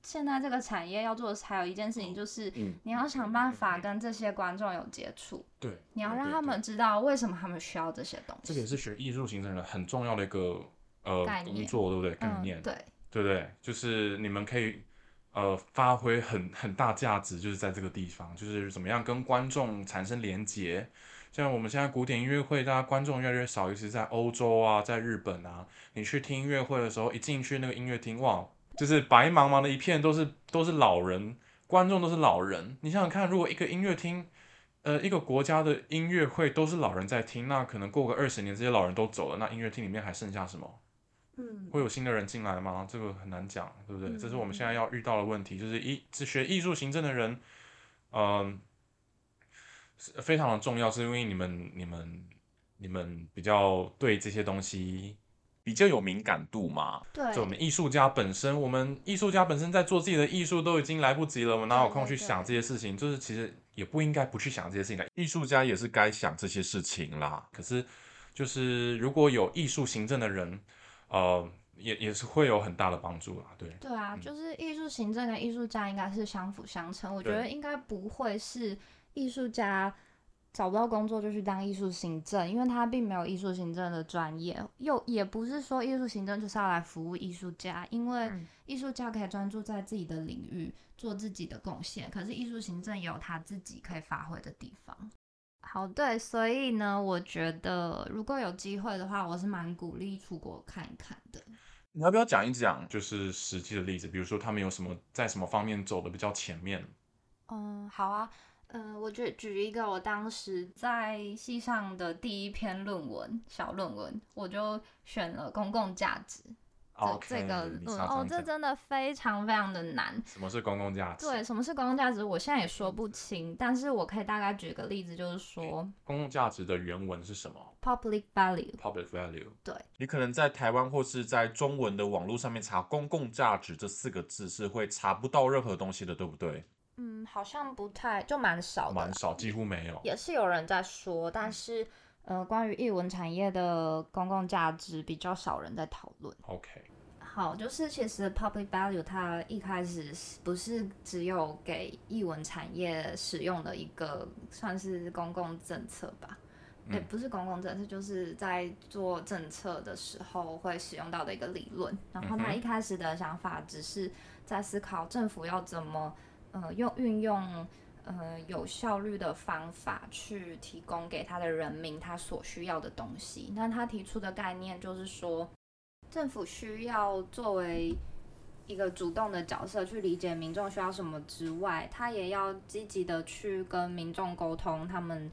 [SPEAKER 2] 现在这个产业要做的还有一件事情就是，
[SPEAKER 1] 嗯，
[SPEAKER 2] 你要想办法跟这些观众有接触，
[SPEAKER 1] 对，
[SPEAKER 2] 你要
[SPEAKER 1] 对
[SPEAKER 2] 让
[SPEAKER 1] 对
[SPEAKER 2] 他
[SPEAKER 1] 对
[SPEAKER 2] 们知道为什么他们需要这些东
[SPEAKER 1] 这个也
[SPEAKER 2] 西。
[SPEAKER 1] 是学艺术形成人很重要的一个呃
[SPEAKER 2] 概念
[SPEAKER 1] 工作，对不对？概
[SPEAKER 2] 嗯
[SPEAKER 1] 念，，
[SPEAKER 2] 对
[SPEAKER 1] 对不对？就是你们可以呃发挥很很大价值，就是在这个地方，就是怎么样跟观众产生连结。像我们现在古典音乐会，大家观众越来越少，尤其是在欧洲啊，在日本啊，你去听音乐会的时候，一进去那个音乐厅，哇，就是白茫茫的一片，都是都是老人，观众都是老人。你想想看，如果一个音乐厅，呃，一个国家的音乐会都是老人在听，那可能过个二十年，这些老人都走了，那音乐厅里面还剩下什么？
[SPEAKER 2] 嗯，
[SPEAKER 1] 会有新的人进来吗？这个很难讲，对不对？
[SPEAKER 2] 嗯
[SPEAKER 1] 这是我们现在要遇到的问题，就是艺是学艺术行政的人，嗯、是非常的重要，是因为你们你们你们比较对这些东西比较有敏感度嘛。
[SPEAKER 2] 对
[SPEAKER 1] 就我们艺术家本身，我们艺术家本身在做自己的艺术都已经来不及了，我们哪有空去想这些事情？就是其实也不应该不去想这些事情的，艺术家也是该想这些事情啦。可是就是如果有艺术行政的人，呃，也也是会有很大的帮助啦。对，
[SPEAKER 2] 对啊，
[SPEAKER 1] 嗯
[SPEAKER 2] 就是艺术行政跟艺术家应该是相辅相成，我觉
[SPEAKER 1] 对
[SPEAKER 2] 得应该不会是艺术家找不到工作就去当艺术行政，因为他并没有艺术行政的专业，又也不是说艺术行政就是要来服务艺术家，因为
[SPEAKER 1] 嗯
[SPEAKER 2] 艺术家可以专注在自己的领域做自己的贡献，可是艺术行政也有他自己可以发挥的地方。好，对，所以呢，我觉得如果有机会的话，我是蛮鼓励出国看一看的。
[SPEAKER 1] 你要不要讲一讲就是实际的例子？比如说他们有什么在什么方面走的比较前面？
[SPEAKER 2] 嗯，好啊，嗯、我举举一个我当时在系上的第一篇论文小论文，我就选了公共价值，
[SPEAKER 1] OK，
[SPEAKER 2] 这这个
[SPEAKER 1] 你
[SPEAKER 2] 论
[SPEAKER 1] 常常
[SPEAKER 2] 哦，这
[SPEAKER 1] 讲
[SPEAKER 2] 真的非常非常的难。
[SPEAKER 1] 什么是公共价值？
[SPEAKER 2] 对，，什么是公共价值，我现在也说不清，但是我可以大概举个例子，就是说
[SPEAKER 1] 公共价值的原文是什么
[SPEAKER 2] public value。
[SPEAKER 1] ？Public value。
[SPEAKER 2] 对，
[SPEAKER 4] 你可能在台湾或是在中文的网络上面查“公共价值”这四个字是会查不到任何东西的，对不对？
[SPEAKER 2] 嗯，好像不太，就蛮少的啦
[SPEAKER 1] 蛮嗯少，几乎没有。
[SPEAKER 2] 也是有人在说，但是呃，关于译文产业的公共价值比较少人在讨论。
[SPEAKER 1] OK，
[SPEAKER 2] 好，就是其实 public value 它一开始是不是只有给译文产业使用的一个算是公共政策吧？
[SPEAKER 1] 嗯
[SPEAKER 2] 也、不是公共政策，就是在做政策的时候会使用到的一个理论。然
[SPEAKER 1] 嗯
[SPEAKER 2] 后它
[SPEAKER 1] 哼
[SPEAKER 2] 一开始的想法只是在思考政府要怎么呃用运用呃有效率的方法去提供给他的人民他所需要的东西。那他提出的概念就是说，政府需要作为一个主动的角色去理解民众需要什么之外，他也要积极的去跟民众沟通他们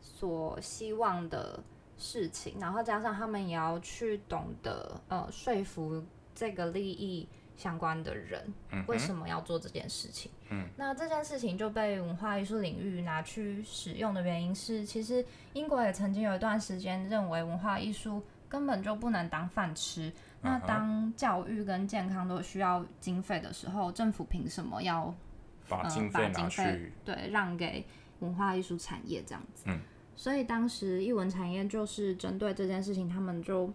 [SPEAKER 2] 所希望的事情，然后加上他们也要去懂得呃说服这个利益相关的人
[SPEAKER 1] 嗯哼，
[SPEAKER 2] 为什么要做这件事情。
[SPEAKER 1] 嗯，
[SPEAKER 2] 那这件事情就被文化艺术领域拿去使用的原因是，其实英国也曾经有一段时间认为文化艺术根本就不能当饭吃。那
[SPEAKER 1] 嗯哼
[SPEAKER 2] 当教育跟健康都需要经费的时候，政府凭什么要
[SPEAKER 1] 把
[SPEAKER 2] 呃
[SPEAKER 1] 经
[SPEAKER 2] 把
[SPEAKER 1] 费拿
[SPEAKER 2] 经费
[SPEAKER 1] 去，
[SPEAKER 2] 对让给文化艺术产业这样子。
[SPEAKER 1] 嗯，
[SPEAKER 2] 所以当时艺文产业就是针对这件事情，他们就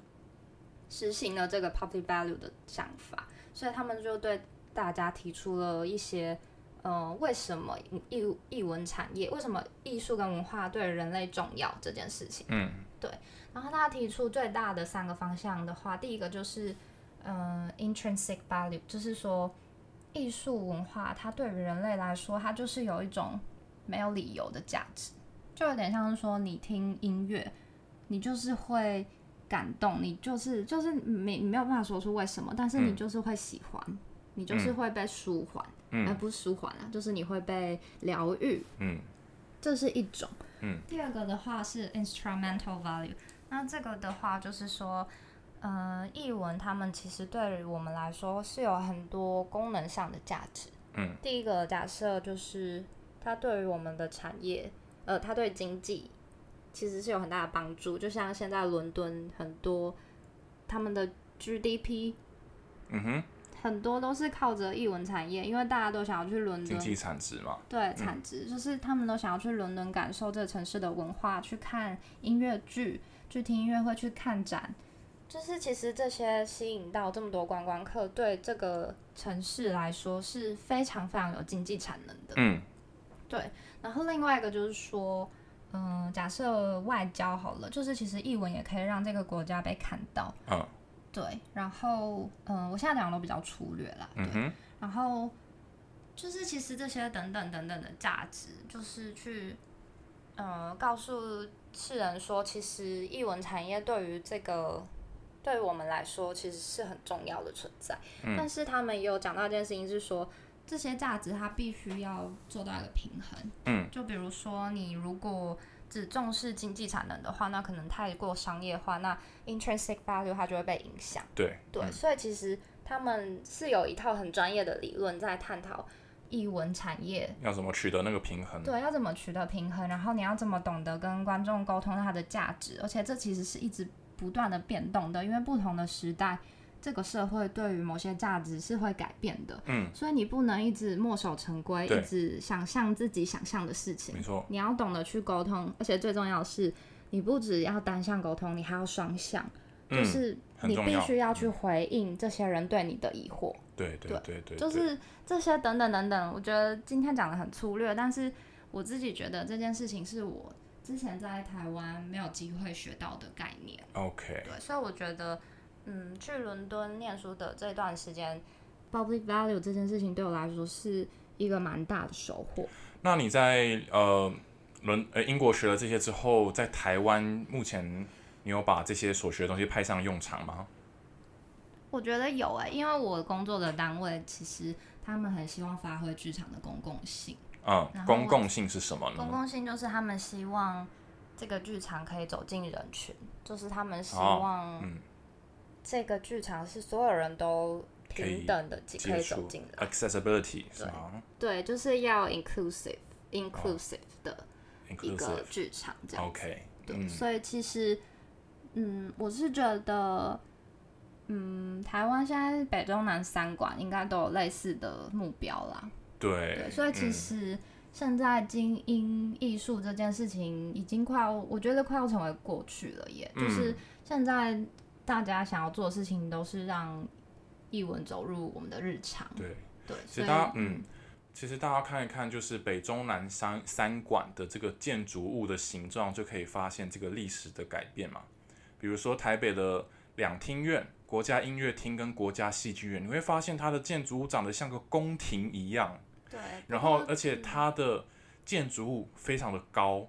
[SPEAKER 2] 实行了这个 public value 的想法，所以他们就对大家提出了一些。呃，为什么艺艺文产业？为什么艺术跟文化对人类重要这件事情？
[SPEAKER 1] 嗯，
[SPEAKER 2] 然后他提出最大的三个方向的话，第一个就是，嗯、i n t r i n s i c value，就是说艺术文化它对于人类来说，它就是有一种没有理由的价值，就有点像是说你听音乐，你就是会感动，你就是就是没没有办法说出为什么，但是你
[SPEAKER 1] 嗯
[SPEAKER 2] 就是会喜欢，你就是会被舒缓，
[SPEAKER 1] 嗯
[SPEAKER 2] 而不是舒缓啊，就是你会被疗愈，
[SPEAKER 1] 嗯
[SPEAKER 2] 这是一种。
[SPEAKER 1] 嗯，
[SPEAKER 2] 第二个的话是 instrumental value，那这个的话就是说，呃，译文他们其实对于我们来说是有很多功能上的价值。
[SPEAKER 1] 嗯，
[SPEAKER 2] 第一个假设就是它对于我们的产业，呃，它对经济其实是有很大的帮助。就像现在伦敦很多他们的 GDP
[SPEAKER 1] 嗯哼，
[SPEAKER 2] 很多都是靠着译文产业，因为大家都想要去伦
[SPEAKER 1] 经
[SPEAKER 2] 敦
[SPEAKER 1] 济产值嘛，
[SPEAKER 2] 对，产值、就是他们都想要去伦敦感受这个城市的文化，去看音乐剧，去听音乐会，去看展。就是其实这些吸引到这么多观光客，对这个城市来说是非常非常有经济产能的。
[SPEAKER 1] 嗯
[SPEAKER 2] 然后另外一个就是说，嗯、假设外交好了，就是其实译文也可以让这个国家被看到。
[SPEAKER 1] 嗯
[SPEAKER 2] 对，然后嗯、我现在讲的都比较粗略啦。对
[SPEAKER 1] 嗯，哼，
[SPEAKER 2] 然后就是其实这些等等等等的价值，就是去呃告诉世人说，其实艺文产业对于这个对于我们来说其实是很重要的存在。但是他们也有讲到一件事情是说。这些价值它必须要做到一个平衡，
[SPEAKER 1] 嗯，
[SPEAKER 2] 就比如说你如果只重视经济产能的话，那可能太过商业化，那 intrinsic value 它就会被影响。
[SPEAKER 1] 对嗯
[SPEAKER 2] 对，所以其实他们是有一套很专业的理论在探讨译文产业，
[SPEAKER 1] 要怎么取得那个平衡？
[SPEAKER 2] 对，要怎么取得平衡，然后你要怎么懂得跟观众沟通它的价值，而且这其实是一直不断的变动的，因为不同的时代。这个社会对于某些价值是会改变的，
[SPEAKER 1] 嗯，
[SPEAKER 2] 所以你不能一直墨守成规，
[SPEAKER 1] 对
[SPEAKER 2] 一直想象自己想象的事情
[SPEAKER 1] 没，错，
[SPEAKER 2] 你要懂得去沟通，而且最重要的是，你不只要单向沟通，你还要双向，就
[SPEAKER 1] 嗯
[SPEAKER 2] 是
[SPEAKER 1] 很
[SPEAKER 2] 你
[SPEAKER 1] 重
[SPEAKER 2] 必
[SPEAKER 1] 要
[SPEAKER 2] 须要去回应这些人对你的疑惑，
[SPEAKER 1] 对对对对，
[SPEAKER 2] 就
[SPEAKER 1] 对
[SPEAKER 2] 是这些等等等等。我觉得今天讲的很粗略，但是我自己觉得这件事情是我之前在台湾没有机会学到的概念。
[SPEAKER 1] OK，
[SPEAKER 2] 对，所以我觉得，嗯，去伦敦念书的这段时间，public value 这件事情对我来说是一个蛮大的收获。
[SPEAKER 1] 那你在呃伦呃英国学了这些之后，在台湾目前你有把这些所学的东西派上用场吗？
[SPEAKER 2] 我觉得有哎、因为我工作的单位其实他们很希望发挥剧场的公共性，
[SPEAKER 1] 嗯
[SPEAKER 2] 然，后
[SPEAKER 1] 公共性是什么
[SPEAKER 2] 公
[SPEAKER 1] 呢？
[SPEAKER 2] 共性就是他们希望这个剧场可以走进人群，就是他们希
[SPEAKER 1] 哦
[SPEAKER 2] 望、
[SPEAKER 1] 嗯
[SPEAKER 3] 这个剧场是所有人都
[SPEAKER 1] 可以
[SPEAKER 3] 平等的进，可
[SPEAKER 1] 接
[SPEAKER 3] 以走
[SPEAKER 1] 触呃
[SPEAKER 3] 进来。
[SPEAKER 1] accessibility 是吗
[SPEAKER 2] 对，就是要 inclusive inclusive 的一个
[SPEAKER 1] 哦？inclusive
[SPEAKER 2] 剧场这样子。
[SPEAKER 1] OK，
[SPEAKER 2] 对，
[SPEAKER 1] 嗯
[SPEAKER 2] 所以其实，嗯，我是觉得，嗯，台湾现在北中南三馆应该都有类似的目标啦。
[SPEAKER 1] 对
[SPEAKER 2] 对，，所以其
[SPEAKER 1] 嗯
[SPEAKER 2] 实现在精英艺术这件事情已经快要，我觉得快要成为过去了耶。
[SPEAKER 1] 嗯
[SPEAKER 2] 就是现在大家想要做的事情都是让译文走入我们的日常。
[SPEAKER 1] 对，
[SPEAKER 2] 对，
[SPEAKER 1] 其实
[SPEAKER 2] 所以
[SPEAKER 1] 大家嗯，其实大家看一看，就是北中南三三馆的这个建筑物的形状，就可以发现这个历史的改变嘛。比如说台北的两厅院、国家音乐厅跟国家戏剧院，你会发现它的建筑物长得像个宫廷一样，
[SPEAKER 2] 对，
[SPEAKER 1] 然后
[SPEAKER 3] 嗯
[SPEAKER 1] 而且它的建筑物非常的高。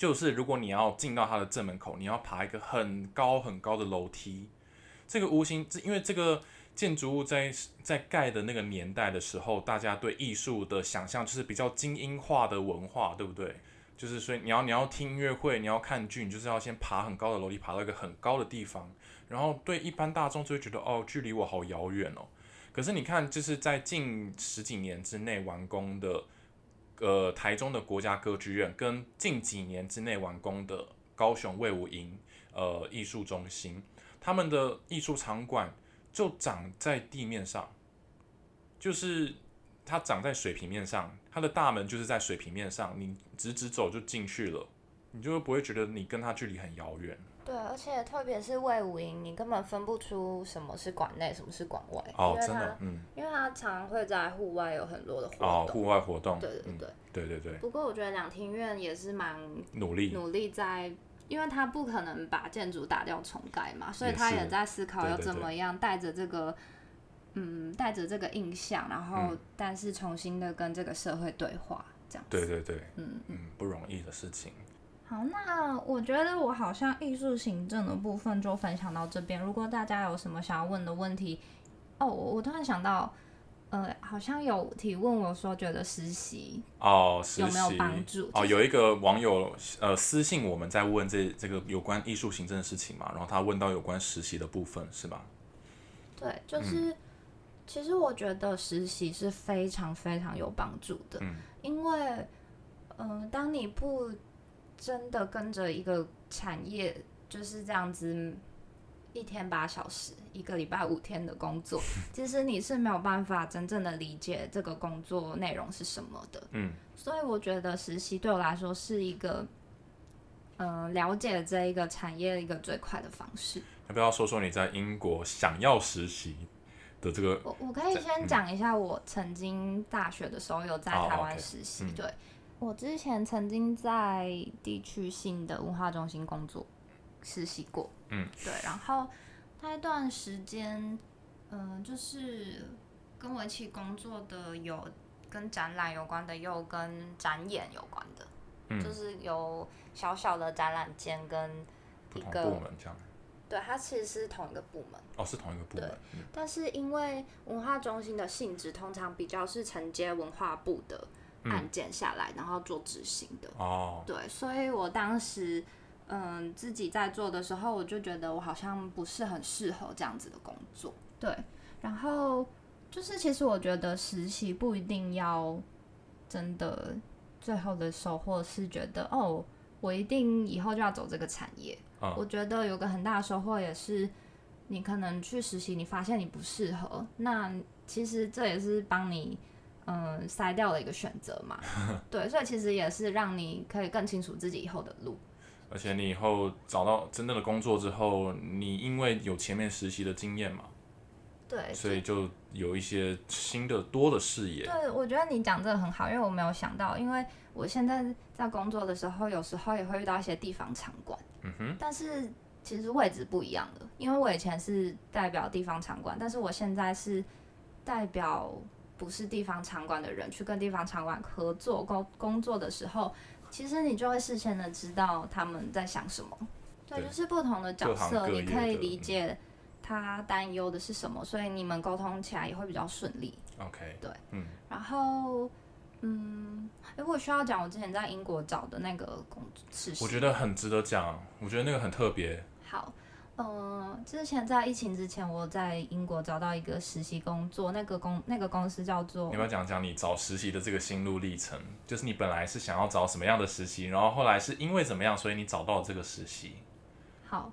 [SPEAKER 1] 就是如果你要进到它的正门口，你要爬一个很高很高的楼梯。这个无形，这因为这个建筑物在在盖的那个年代的时候，大家对艺术的想象就是比较精英化的文化，对不对？就是所以你要你要听音乐会，你要看剧，你就是要先爬很高的楼梯，爬到一个很高的地方。然后对一般大众就会觉得哦，距离我好遥远哦。可是你看，就是在近十几年之内完工的，呃，台中的国家歌剧院跟近几年之内完工的高雄魏武营呃艺术中心，他们的艺术场馆就长在地面上，就是它长在水平面上，它的大门就是在水平面上，你直直走就进去了，你就不会觉得你跟它距离很遥远
[SPEAKER 3] 对，而且特别是魏武营，你根本分不出什么是馆内，什么是馆外。
[SPEAKER 1] 哦
[SPEAKER 3] 因，为
[SPEAKER 1] 真
[SPEAKER 3] 它
[SPEAKER 1] 的，嗯，
[SPEAKER 3] 因为它常会在户外有很多的活
[SPEAKER 1] 哦，
[SPEAKER 3] 动。
[SPEAKER 1] 户外活动，
[SPEAKER 2] 对对
[SPEAKER 1] 嗯
[SPEAKER 2] 对。
[SPEAKER 1] 对对对，
[SPEAKER 2] 不过我觉得两厅院也是蛮
[SPEAKER 1] 努力，
[SPEAKER 2] 努力在，因为他不可能把建筑打掉重盖嘛，所以他
[SPEAKER 1] 也是
[SPEAKER 2] 也在思考
[SPEAKER 1] 对
[SPEAKER 2] 要
[SPEAKER 1] 对
[SPEAKER 2] 怎
[SPEAKER 1] 对
[SPEAKER 2] 么样带着这个，嗯，带着这个印象，然后
[SPEAKER 1] 嗯
[SPEAKER 2] 但是重新的跟这个社会对话，这样子。
[SPEAKER 1] 对对对，
[SPEAKER 2] 嗯，
[SPEAKER 1] 嗯，不容易的事情。
[SPEAKER 2] 好，那我觉得我好像艺术行政的部分就分享到这边。如果大家有什么想要问的问题，哦，我我突然想到，呃，好像有提问我说觉得实习
[SPEAKER 1] 哦，实习
[SPEAKER 2] 有没有帮助
[SPEAKER 1] 哦，
[SPEAKER 2] 就是
[SPEAKER 1] 有一个网友呃私信我们在问这这个有关艺术行政的事情嘛，然后他问到有关实习的部分是吧？
[SPEAKER 3] 对，就是、其实我觉得实习是非常非常有帮助的，
[SPEAKER 1] 嗯
[SPEAKER 3] 因为嗯、呃当你不真的跟着一个产业就是这样子。一天八小时，一个礼拜五天的工作，其实你是没有办法真正的理解这个工作内容是什么的。
[SPEAKER 1] 嗯，
[SPEAKER 3] 所以我觉得实习对我来说是一个，嗯、了解这一个产业一个最快的方式。
[SPEAKER 1] 要不要说说你在英国想要实习的这个？
[SPEAKER 3] 我我可以先讲一下，我曾经大学的时候有在
[SPEAKER 1] 哦
[SPEAKER 3] 台
[SPEAKER 1] ，OK，
[SPEAKER 3] 湾实习。
[SPEAKER 1] 嗯
[SPEAKER 3] 对，
[SPEAKER 2] 我之前曾经在地区性的文化中心工作实习过，
[SPEAKER 1] 嗯，
[SPEAKER 2] 对，然后那一段时间，嗯、就是跟我一起工作的有跟展览有关的，也有跟展演有关的，
[SPEAKER 1] 嗯
[SPEAKER 2] 就是有小小的展览间跟
[SPEAKER 1] 不同
[SPEAKER 3] 一个
[SPEAKER 1] 部门这样，
[SPEAKER 3] 对，它其实是同一个部门，
[SPEAKER 1] 哦，是同一个部门，嗯
[SPEAKER 3] 但是因为文化中心的性质通常比较是承接文化部的
[SPEAKER 2] 案件下来，然后做执行的。
[SPEAKER 1] 哦，
[SPEAKER 2] 对，所以我当时嗯自己在做的时候，我就觉得我好像不是很适合这样子的工作。对，然后就是其实我觉得实习不一定要真的最后的收获是觉得哦，我一定以后就要走这个产业。
[SPEAKER 1] 嗯
[SPEAKER 2] 我觉得有个很大的收获也是。你可能去实习，你发现你不适合，那其实这也是帮你，嗯、筛掉了一个选择嘛。对，所以其实也是让你可以更清楚自己以后的路。
[SPEAKER 1] 而且你以后找到真正的工作之后，你因为有前面实习的经验嘛，
[SPEAKER 2] 对，
[SPEAKER 1] 所以就有一些新的多的视野。
[SPEAKER 2] 对，我觉得你讲这个很好，因为我没有想到，因为我现在在工作的时候，有时候也会遇到一些地方场馆，
[SPEAKER 1] 嗯哼，
[SPEAKER 2] 但是其实位置不一样了。因为我以前是代表地方场馆，但是我现在是代表不是地方场馆的人去跟地方场馆合作工工作的时候，其实你就会事先的知道他们在想什么。对，
[SPEAKER 1] 对
[SPEAKER 2] 就是不同的角
[SPEAKER 1] 各行
[SPEAKER 2] 色，
[SPEAKER 1] 各
[SPEAKER 2] 你
[SPEAKER 1] 业
[SPEAKER 2] 可以
[SPEAKER 1] 的
[SPEAKER 2] 理
[SPEAKER 1] 嗯
[SPEAKER 2] 解他担忧的是什么，所以你们沟通起来也会比较顺利。
[SPEAKER 1] OK，
[SPEAKER 2] 对，
[SPEAKER 1] 嗯，
[SPEAKER 2] 然后，嗯，哎，我需要讲我之前在英国找的那个工作实习。
[SPEAKER 1] 我觉得很值得讲，我觉得那个很特别，
[SPEAKER 2] 好，嗯，之前在疫情之前，我在英国找到一个实习工作，那个公那个公司叫做
[SPEAKER 1] 你要不要讲讲你找实习的这个心路历程？就是你本来是想要找什么样的实习，然后后来是因为怎么样，所以你找到了这个实习。
[SPEAKER 2] 好，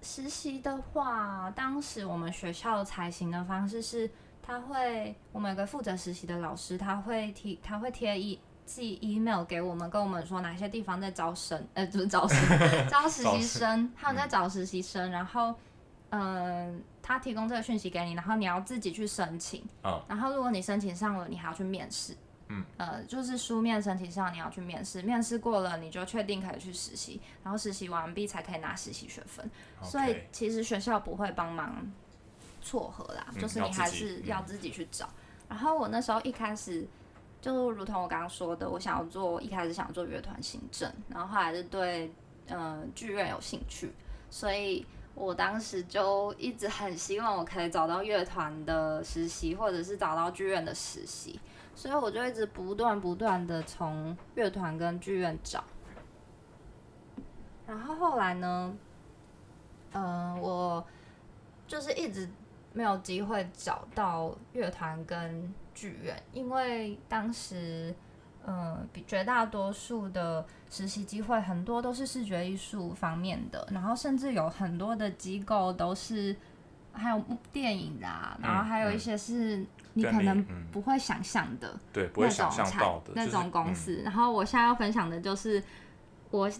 [SPEAKER 2] 实习的话，当时我们学校采行的方式是，他会我们有个负责实习的老师，他会提他会贴一寄 email 给我们，跟我们说哪些地方在招生，呃，不是招 [LAUGHS] 生，招实习生，他们在找实习生，然后。嗯，他提供这个讯息给你，然后你要自己去申请。
[SPEAKER 1] 嗯
[SPEAKER 2] 然后如果你申请上了，你还要去面试。
[SPEAKER 1] 嗯，
[SPEAKER 2] 呃，就是书面申请上你要去面试，面试过了你就确定可以去实习，然后实习完毕才可以拿实习学分。所以
[SPEAKER 1] OK，
[SPEAKER 2] 其实学校不会帮忙撮合啦，
[SPEAKER 1] 嗯
[SPEAKER 2] 就是
[SPEAKER 1] 要
[SPEAKER 2] 你
[SPEAKER 1] 自
[SPEAKER 2] 还
[SPEAKER 1] 己
[SPEAKER 2] 是
[SPEAKER 1] 嗯
[SPEAKER 2] 要自己去找。然后我那时候一开始就如同我刚刚说的，我想要做一开始想要做乐团行政，然后后来就对呃剧院有兴趣，
[SPEAKER 5] 所以我当时就一直很希望我可以找到乐团的实习，或者是找到剧院的实习，
[SPEAKER 2] 所以我就一直不断不断的从乐团跟剧院找。然后后来呢，嗯、我就是一直没有机会找到乐团跟剧院，因为当时，嗯、比绝大多数的实习机会很多都是视觉艺术方面的，然后甚至有很多的机构都是，还有电影啊，然后还有一些是你
[SPEAKER 1] 跟
[SPEAKER 2] 可能
[SPEAKER 1] 嗯
[SPEAKER 2] 不会想象的
[SPEAKER 1] 对不
[SPEAKER 2] 那
[SPEAKER 1] 会
[SPEAKER 2] 种
[SPEAKER 1] 想象
[SPEAKER 2] 产
[SPEAKER 1] 到的
[SPEAKER 2] 那
[SPEAKER 1] 就是
[SPEAKER 2] 种公
[SPEAKER 1] 嗯
[SPEAKER 2] 司。然后我现在要分享的就是我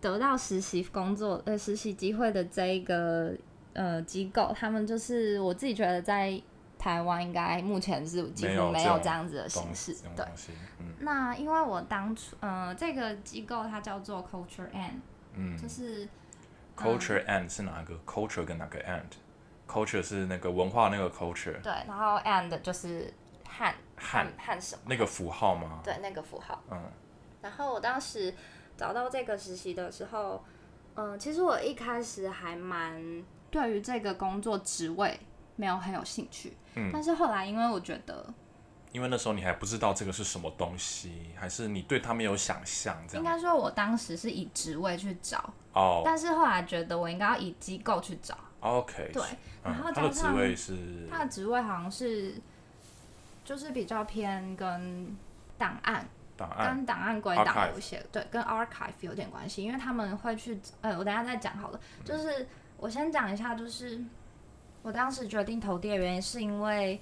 [SPEAKER 2] 得到实习工作呃实习机会的这一个呃机构，他们就是我自己觉得在台湾应该目前是几
[SPEAKER 1] 没
[SPEAKER 2] 乎
[SPEAKER 1] 有
[SPEAKER 2] 没
[SPEAKER 1] 这
[SPEAKER 2] 有
[SPEAKER 1] 种
[SPEAKER 2] 这样子的形
[SPEAKER 1] 东
[SPEAKER 2] 式
[SPEAKER 1] 西，这种
[SPEAKER 2] 对。
[SPEAKER 1] 东西，嗯
[SPEAKER 2] 那因为我当初，呃，这个机构它叫做 Culture and，
[SPEAKER 1] 嗯
[SPEAKER 2] 就是嗯
[SPEAKER 1] ，culture and 是哪个？culture 跟哪个 and？culture 是那个文化那个 culture
[SPEAKER 2] 对，然后 and 就是汉
[SPEAKER 1] 汉
[SPEAKER 2] 汉什么？
[SPEAKER 1] 那个符号吗？
[SPEAKER 2] 对，那个符号。
[SPEAKER 1] 嗯，
[SPEAKER 2] 然后我当时找到这个实习的时候，嗯，其实我一开始还蛮对于这个工作职位没有很有兴趣，
[SPEAKER 1] 嗯
[SPEAKER 2] 但是后来因为我觉得
[SPEAKER 1] 因为那时候你还不知道这个是什么东西，还是你对它没有想象这
[SPEAKER 2] 应
[SPEAKER 1] 样？
[SPEAKER 2] 该说我当时是以职位去找，
[SPEAKER 1] 哦
[SPEAKER 2] 但是后来觉得我应该要以机构去找，
[SPEAKER 1] ，OK，
[SPEAKER 2] 对，然后
[SPEAKER 1] 嗯，它的
[SPEAKER 2] 加
[SPEAKER 1] 职
[SPEAKER 2] 上
[SPEAKER 1] 位是
[SPEAKER 2] 他的职位好像是就是比较偏跟档案
[SPEAKER 1] 档案，
[SPEAKER 2] 跟档案归档
[SPEAKER 1] 哎 Archive
[SPEAKER 2] 有一些对，跟 archive 有点关系，因为他们会去，呃，我等一下再讲好了。
[SPEAKER 1] 嗯
[SPEAKER 2] 就是我先讲一下，就是我当时决定投递的原因，是因为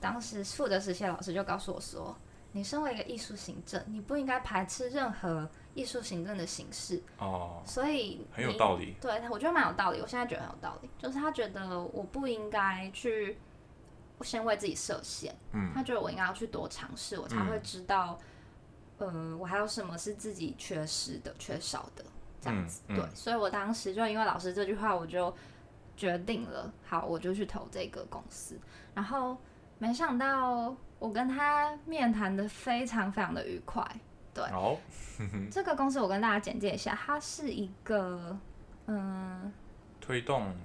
[SPEAKER 2] 当时负责实习的老师就告诉我说，你身为一个艺术行政，你不应该排斥任何艺术行政的形式，
[SPEAKER 1] 哦，
[SPEAKER 2] 所以
[SPEAKER 1] 很有
[SPEAKER 2] 你
[SPEAKER 1] 道理，
[SPEAKER 2] 对，我觉得蛮有道理。我现在觉得很有道理，就是他觉得我不应该去先为自己设限，
[SPEAKER 1] 嗯
[SPEAKER 2] 他觉得我应该要去多尝试，我才会知道，呃，我还有什么是自己缺失的、缺少的这样子。
[SPEAKER 1] 嗯嗯
[SPEAKER 2] 对，所以我当时就因为老师这句话，我就决定了，好，我就去投这个公司。然后没想到我跟他面谈的非常非常的愉快，对
[SPEAKER 1] 哦，
[SPEAKER 2] 这个公司我跟大家简介一下，它是一个，嗯，
[SPEAKER 1] 推动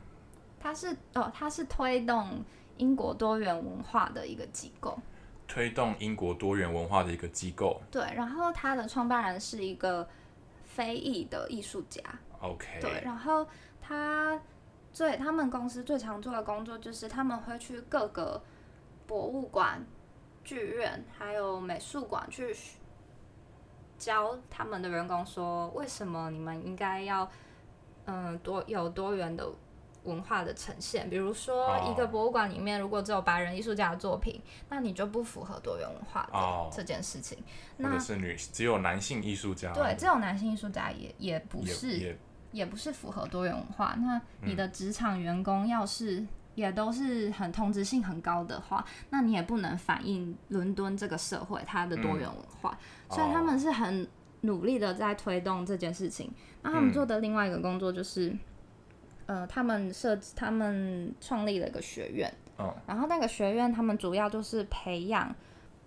[SPEAKER 2] 它是哦，它是推动英国多元文化的一个机构，
[SPEAKER 1] 推动英国多元文化的一个机构
[SPEAKER 2] 对。然后它的创办人是一个非裔的艺术家，对。
[SPEAKER 1] ，OK，
[SPEAKER 2] 然后他最他们公司最常做的工作就是他们会去各个博物馆、剧院还有美术馆去学教他们的员工说，为什么你们应该要嗯、呃多有多元的文化的呈现。比如说，
[SPEAKER 1] 哦
[SPEAKER 2] 一个博物馆里面如果只有白人艺术家的作品，那你就不符合多元文化的、
[SPEAKER 1] 哦
[SPEAKER 2] 这件事情。
[SPEAKER 1] 或
[SPEAKER 2] 那
[SPEAKER 1] 者是女只有男性艺术家，
[SPEAKER 2] 对，这种男性艺术家也也不
[SPEAKER 1] 也
[SPEAKER 2] 是
[SPEAKER 1] 也
[SPEAKER 2] 也不是符合多元文化。那你的职场员工要是也都是很同质性很高的话，那你也不能反映伦敦这个社会它的多元文化。
[SPEAKER 1] 嗯
[SPEAKER 2] 所以他们是很努力的在推动这件事情。那他们做的另外一个工作就是，呃，他们设置他们创立了一个学院，
[SPEAKER 1] 嗯
[SPEAKER 2] 然后那个学院他们主要就是培养，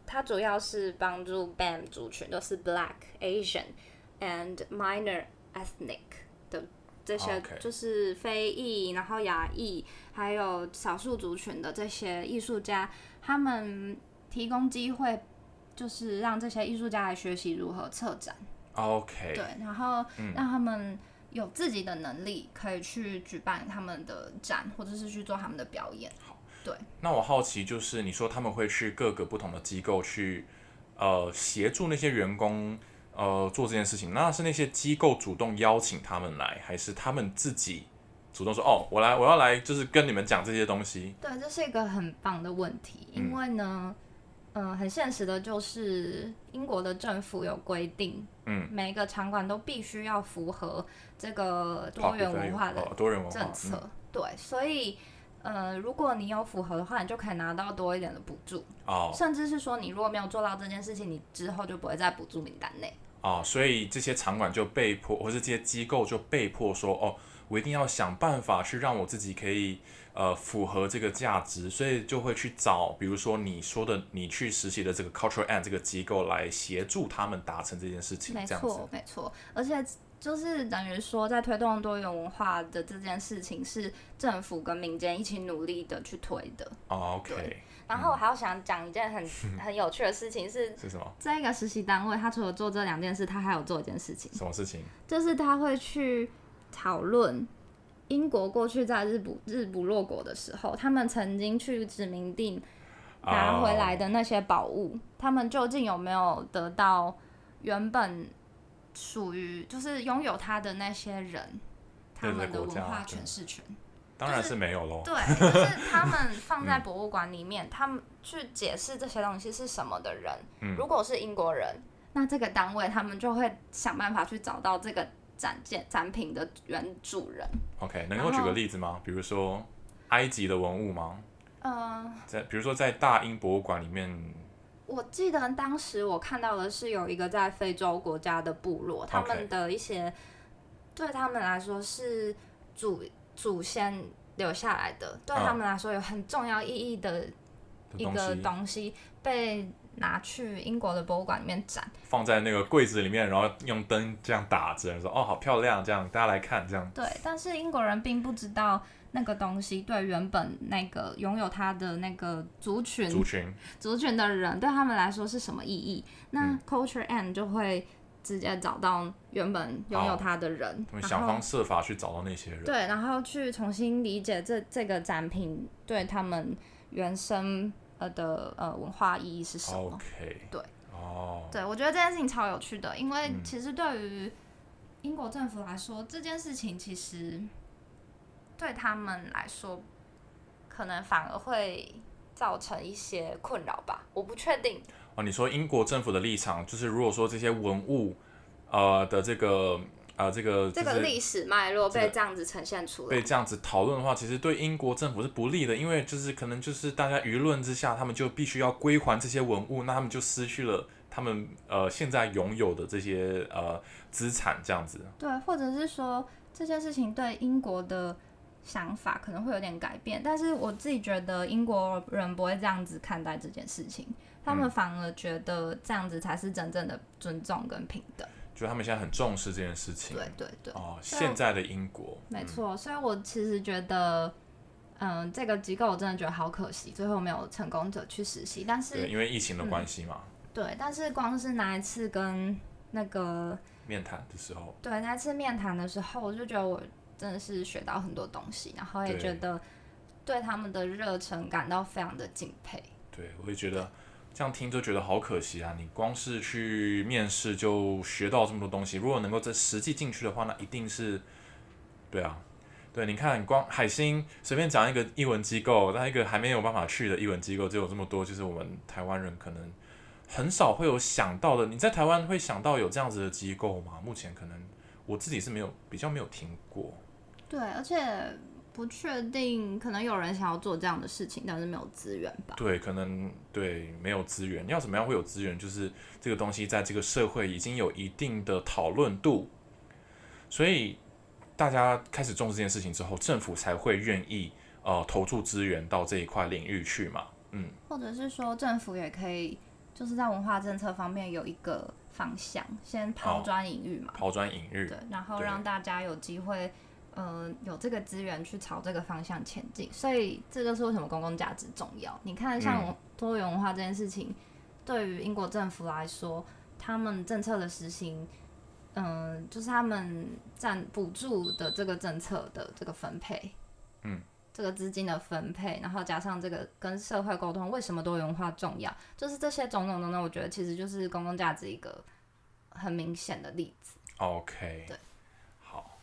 [SPEAKER 2] 它主要是帮助 BAM 族群，就是 Black、Asian and Minor Ethnic 的这些
[SPEAKER 1] OK
[SPEAKER 2] 就是非裔，然后亚裔，还有少数族群的这些艺术家，他们提供机会，就是让这些艺术家来学习如何策展。
[SPEAKER 1] 哦 OK，
[SPEAKER 2] 对，然后让他们有自己的能力，可以去举办他们的展，或者是去做他们的表演。
[SPEAKER 1] 那我好奇就是，你说他们会去各个不同的机构去，呃，协助那些员工，呃，做这件事情。那是那些机构主动邀请他们来，还是他们自己主动说，哦，我来，我要来，就是跟你们讲这些东西？
[SPEAKER 6] 对，这是一个很棒的问题，
[SPEAKER 1] 嗯
[SPEAKER 6] 因为呢，嗯、很现实的就是英国的政府有规定，
[SPEAKER 1] 嗯，
[SPEAKER 6] 每一个场馆都必须要符合这个多元文化的
[SPEAKER 1] 哦多元文化
[SPEAKER 6] 政策，对，所以。呃，如果你有符合的话，你就可以拿到多一点的补助，
[SPEAKER 1] 嗯哦
[SPEAKER 6] 甚至是说，你如果没有做到这件事情，你之后就不会在补助名单内。
[SPEAKER 1] 哦，所以这些场馆就被迫，或是这些机构就被迫说，哦，我一定要想办法去让我自己可以。呃，符合这个价值，所以就会去找，比如说你说的，你去实习的这个 Cultural and 这个机构来协助他们达成这件事情，
[SPEAKER 2] 没
[SPEAKER 1] 这样子。
[SPEAKER 2] 错，没错，而且就是等于说，在推动多元文化的这件事情，是政府跟民间一起努力的去推的。
[SPEAKER 1] 哦 OK，
[SPEAKER 2] 对
[SPEAKER 6] 然后我还要想讲一件
[SPEAKER 1] [LAUGHS]
[SPEAKER 6] 很很有趣的事情是，
[SPEAKER 1] 是什么？
[SPEAKER 6] 这个实习单位他除了做这两件事，他还有做一件事情，
[SPEAKER 1] 什么事情？
[SPEAKER 2] 就是他会去讨论英国过去在日不日不落国的时候，他们曾经去殖民地
[SPEAKER 1] 哦
[SPEAKER 2] 拿回来的那些宝物，他们究竟有没有得到原本属于就是拥有它的那些人他
[SPEAKER 1] 对这
[SPEAKER 2] 们的
[SPEAKER 1] 国
[SPEAKER 2] 文
[SPEAKER 1] 家
[SPEAKER 2] 化
[SPEAKER 1] 对
[SPEAKER 2] 诠释权？
[SPEAKER 1] 哦，当然是没有喽。
[SPEAKER 2] 啊对，就是他们放在博物馆里面，他们去解释这些东西是什么的人，
[SPEAKER 1] 嗯
[SPEAKER 2] 如果是英国人，那这个单位他们就会想办法去找到这个展件展品的原主人。
[SPEAKER 1] OK，能够举个例子吗？比如说埃及的文物吗？
[SPEAKER 6] 呃
[SPEAKER 2] 嗯、
[SPEAKER 1] 在比如说在大英博物馆里面，
[SPEAKER 2] 我记得当时我看到的是有一个在非洲国家的部落，他
[SPEAKER 1] OK
[SPEAKER 2] 们的一些对他们来说是祖祖先留下来的，对
[SPEAKER 1] 嗯
[SPEAKER 2] 他们来说有很重要意义的
[SPEAKER 1] 的
[SPEAKER 2] 一
[SPEAKER 1] 东
[SPEAKER 2] 个
[SPEAKER 1] 西
[SPEAKER 2] 东西被拿去英国的博物馆里面展。
[SPEAKER 1] 放在那个柜子里面，然后用灯这样打着，说哦好漂亮，这样大家来看，这样
[SPEAKER 2] 对，但是英国人并不知道那个东西对原本那个拥有它的那个族群
[SPEAKER 1] 族群
[SPEAKER 2] 族群的人对他们来说是什么意义。那
[SPEAKER 1] 嗯
[SPEAKER 2] Culture and 就会直接找到原本拥有
[SPEAKER 1] 哦
[SPEAKER 2] 它的人，
[SPEAKER 1] 他们
[SPEAKER 2] 然
[SPEAKER 1] 想
[SPEAKER 2] 后
[SPEAKER 1] 方设法去找到那些人。
[SPEAKER 2] 对，然后去重新理解这这个展品对他们原生呃的呃文化意义是什
[SPEAKER 1] 哦
[SPEAKER 2] 么。
[SPEAKER 1] OK，
[SPEAKER 2] 对，
[SPEAKER 1] 哦，
[SPEAKER 2] 对，我觉得这件事情超有趣的，因为
[SPEAKER 1] 嗯
[SPEAKER 2] 其实对于英国政府来说，这件事情其实对他们来说，可能反而会造成一些困扰吧。我不确定，
[SPEAKER 1] 哦，你说英国政府的立场就是，如果说这些文物，呃的这个呃这个
[SPEAKER 2] 这
[SPEAKER 1] 就
[SPEAKER 2] 个
[SPEAKER 1] 是
[SPEAKER 2] 历史脉络
[SPEAKER 1] 这
[SPEAKER 2] 被
[SPEAKER 1] 个
[SPEAKER 2] 这样子呈现出来
[SPEAKER 1] 被。这样子讨论的话，其实对英国政府是不利的，因为就是可能就是大家舆论之下，他们就必须要归还这些文物，那他们就失去了他们呃现在拥有的这些呃资产，这样子。
[SPEAKER 2] 对，或者是说这件事情对英国的想法可能会有点改变，但是我自己觉得英国人不会这样子看待这件事情，他
[SPEAKER 1] 嗯
[SPEAKER 2] 们反而觉得这样子才是真正的尊重跟平等。
[SPEAKER 1] 就他们现在很重视这件事情。
[SPEAKER 2] 对对对，
[SPEAKER 1] 哦，
[SPEAKER 2] 对啊
[SPEAKER 1] 现在的英国，
[SPEAKER 6] 没错，所以我其实觉得，嗯，这个机构我真的觉得好可惜，最后没有成功者去实习。但
[SPEAKER 1] 对，
[SPEAKER 6] 是
[SPEAKER 1] 因为疫
[SPEAKER 2] 嗯
[SPEAKER 1] 情的关系嘛，
[SPEAKER 6] 对，但是光是那一次跟那个
[SPEAKER 1] 面谈的时候，
[SPEAKER 6] 对那次面谈的时候，我就觉得我真的是学到很多东西，然后也
[SPEAKER 1] 对
[SPEAKER 6] 觉得对他们的热忱感到非常的敬佩。
[SPEAKER 1] 对我也觉得这样听就觉得好可惜啊！你光是去面试就学到这么多东西，如果能够这实际进去的话，那一定是，对啊，对，你看光海星随便讲一个译文机构，那一个还没有办法去的译文机构就有这么多，就是我们台湾人可能很少会有想到的。你在台湾会想到有这样子的机构吗？目前可能我自己是没有比较没有听过。
[SPEAKER 2] 对，而且不确定，可能有人想要做这样的事情，但是没有资源吧。
[SPEAKER 1] 对，可能对没有资源，要怎么样会有资源？就是这个东西在这个社会已经有一定的讨论度，所以大家开始重视这件事情之后，政府才会愿意呃投注资源到这一块领域去嘛。嗯，
[SPEAKER 2] 或者是说政府也可以，就是在文化政策方面有一个方向，先抛
[SPEAKER 1] 哦
[SPEAKER 2] 砖引玉嘛，
[SPEAKER 1] 抛砖引玉
[SPEAKER 2] 对，，然后
[SPEAKER 1] 对
[SPEAKER 2] 让大家有机会，呃，有这个资源去朝这个方向前进。所以这就是为什么公共价值重要。你看，像
[SPEAKER 1] 嗯
[SPEAKER 2] 文多元文化这件事情，对于英国政府来说，他们政策的实行嗯、就是他们占补助的这个政策的这个分配，
[SPEAKER 1] 嗯，
[SPEAKER 2] 这个资金的分配，然后加上这个跟社会沟通，为什么多元化重要，就是这些种种种种，我觉得其实就是公共价值一个很明显的例子。
[SPEAKER 1] OK，
[SPEAKER 2] 对，
[SPEAKER 1] 好，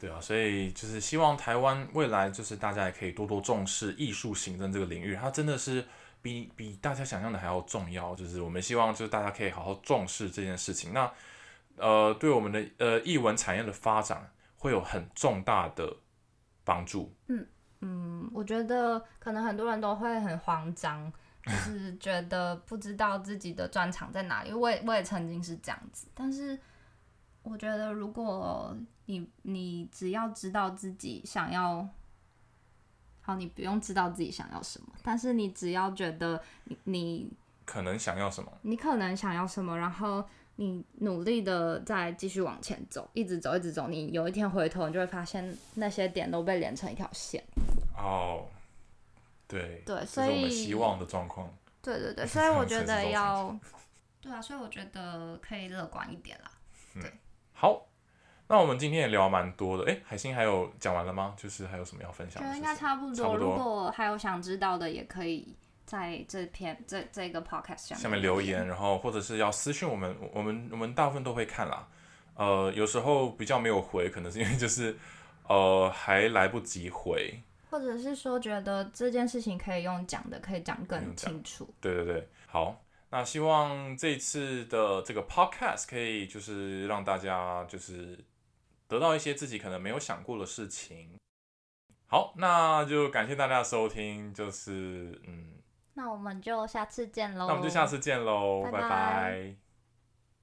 [SPEAKER 1] 对啊，所以就是希望台湾未来就是大家也可以多多重视艺术行政这个领域，它真的是比比大家想象的还要重要。就是我们希望就是大家可以好好重视这件事情。那呃，对我们的呃艺文产业的发展会有很重大的帮助。
[SPEAKER 2] 嗯，我觉得可能很多人都会很慌张，就是觉得不知道自己的专长在哪里。我也我也曾经是这样子，但是我觉得如果你你只要知道自己想要，好，你不用知道自己想要什么，但是你只要觉得你你
[SPEAKER 1] 可能想要什么？
[SPEAKER 2] 你可能想要什么，然后你努力的再继续往前走，一直走一直走，你有一天回头，你就会发现那些点都被连成一条线。
[SPEAKER 1] 哦，对，
[SPEAKER 2] 对，
[SPEAKER 1] 这
[SPEAKER 2] 所
[SPEAKER 1] 是
[SPEAKER 2] 以
[SPEAKER 1] 我们希望的状况。
[SPEAKER 2] 对对对，
[SPEAKER 1] 是
[SPEAKER 2] 所以
[SPEAKER 1] 这
[SPEAKER 2] 我
[SPEAKER 1] 样
[SPEAKER 2] 觉
[SPEAKER 1] 才是
[SPEAKER 2] 得
[SPEAKER 1] 中
[SPEAKER 2] 要， [LAUGHS] 对啊，所以我觉得可以乐观一点啦。
[SPEAKER 1] 好，那我们今天也聊蛮多的。诶，海星还有讲完了吗？就是还有什么要分享
[SPEAKER 7] 觉得
[SPEAKER 1] 的
[SPEAKER 7] 啊
[SPEAKER 1] 事
[SPEAKER 7] 应
[SPEAKER 1] 情？
[SPEAKER 7] 该差不多。
[SPEAKER 1] 差不多
[SPEAKER 7] 如果还有想知道的，也可以在这篇这这个 podcast 下
[SPEAKER 1] 下面留言，然后或者是要私信我们，我我们我们大部分都会看啦。呃，有时候比较没有回，可能是因为就是呃还来不及回。
[SPEAKER 2] 或者是说，觉得这件事情可以用讲的，可以讲
[SPEAKER 1] 用
[SPEAKER 2] 更
[SPEAKER 1] 讲
[SPEAKER 2] 清楚。
[SPEAKER 1] 对对对，好，那希望这次的这个 podcast 可以就是让大家就是得到一些自己可能没有想过的事情。好，那就感谢大家的收听，就是嗯，
[SPEAKER 2] 那我们就下次见喽。
[SPEAKER 1] 那我们就下次见喽，
[SPEAKER 2] 拜
[SPEAKER 1] 拜
[SPEAKER 2] 拜
[SPEAKER 1] 拜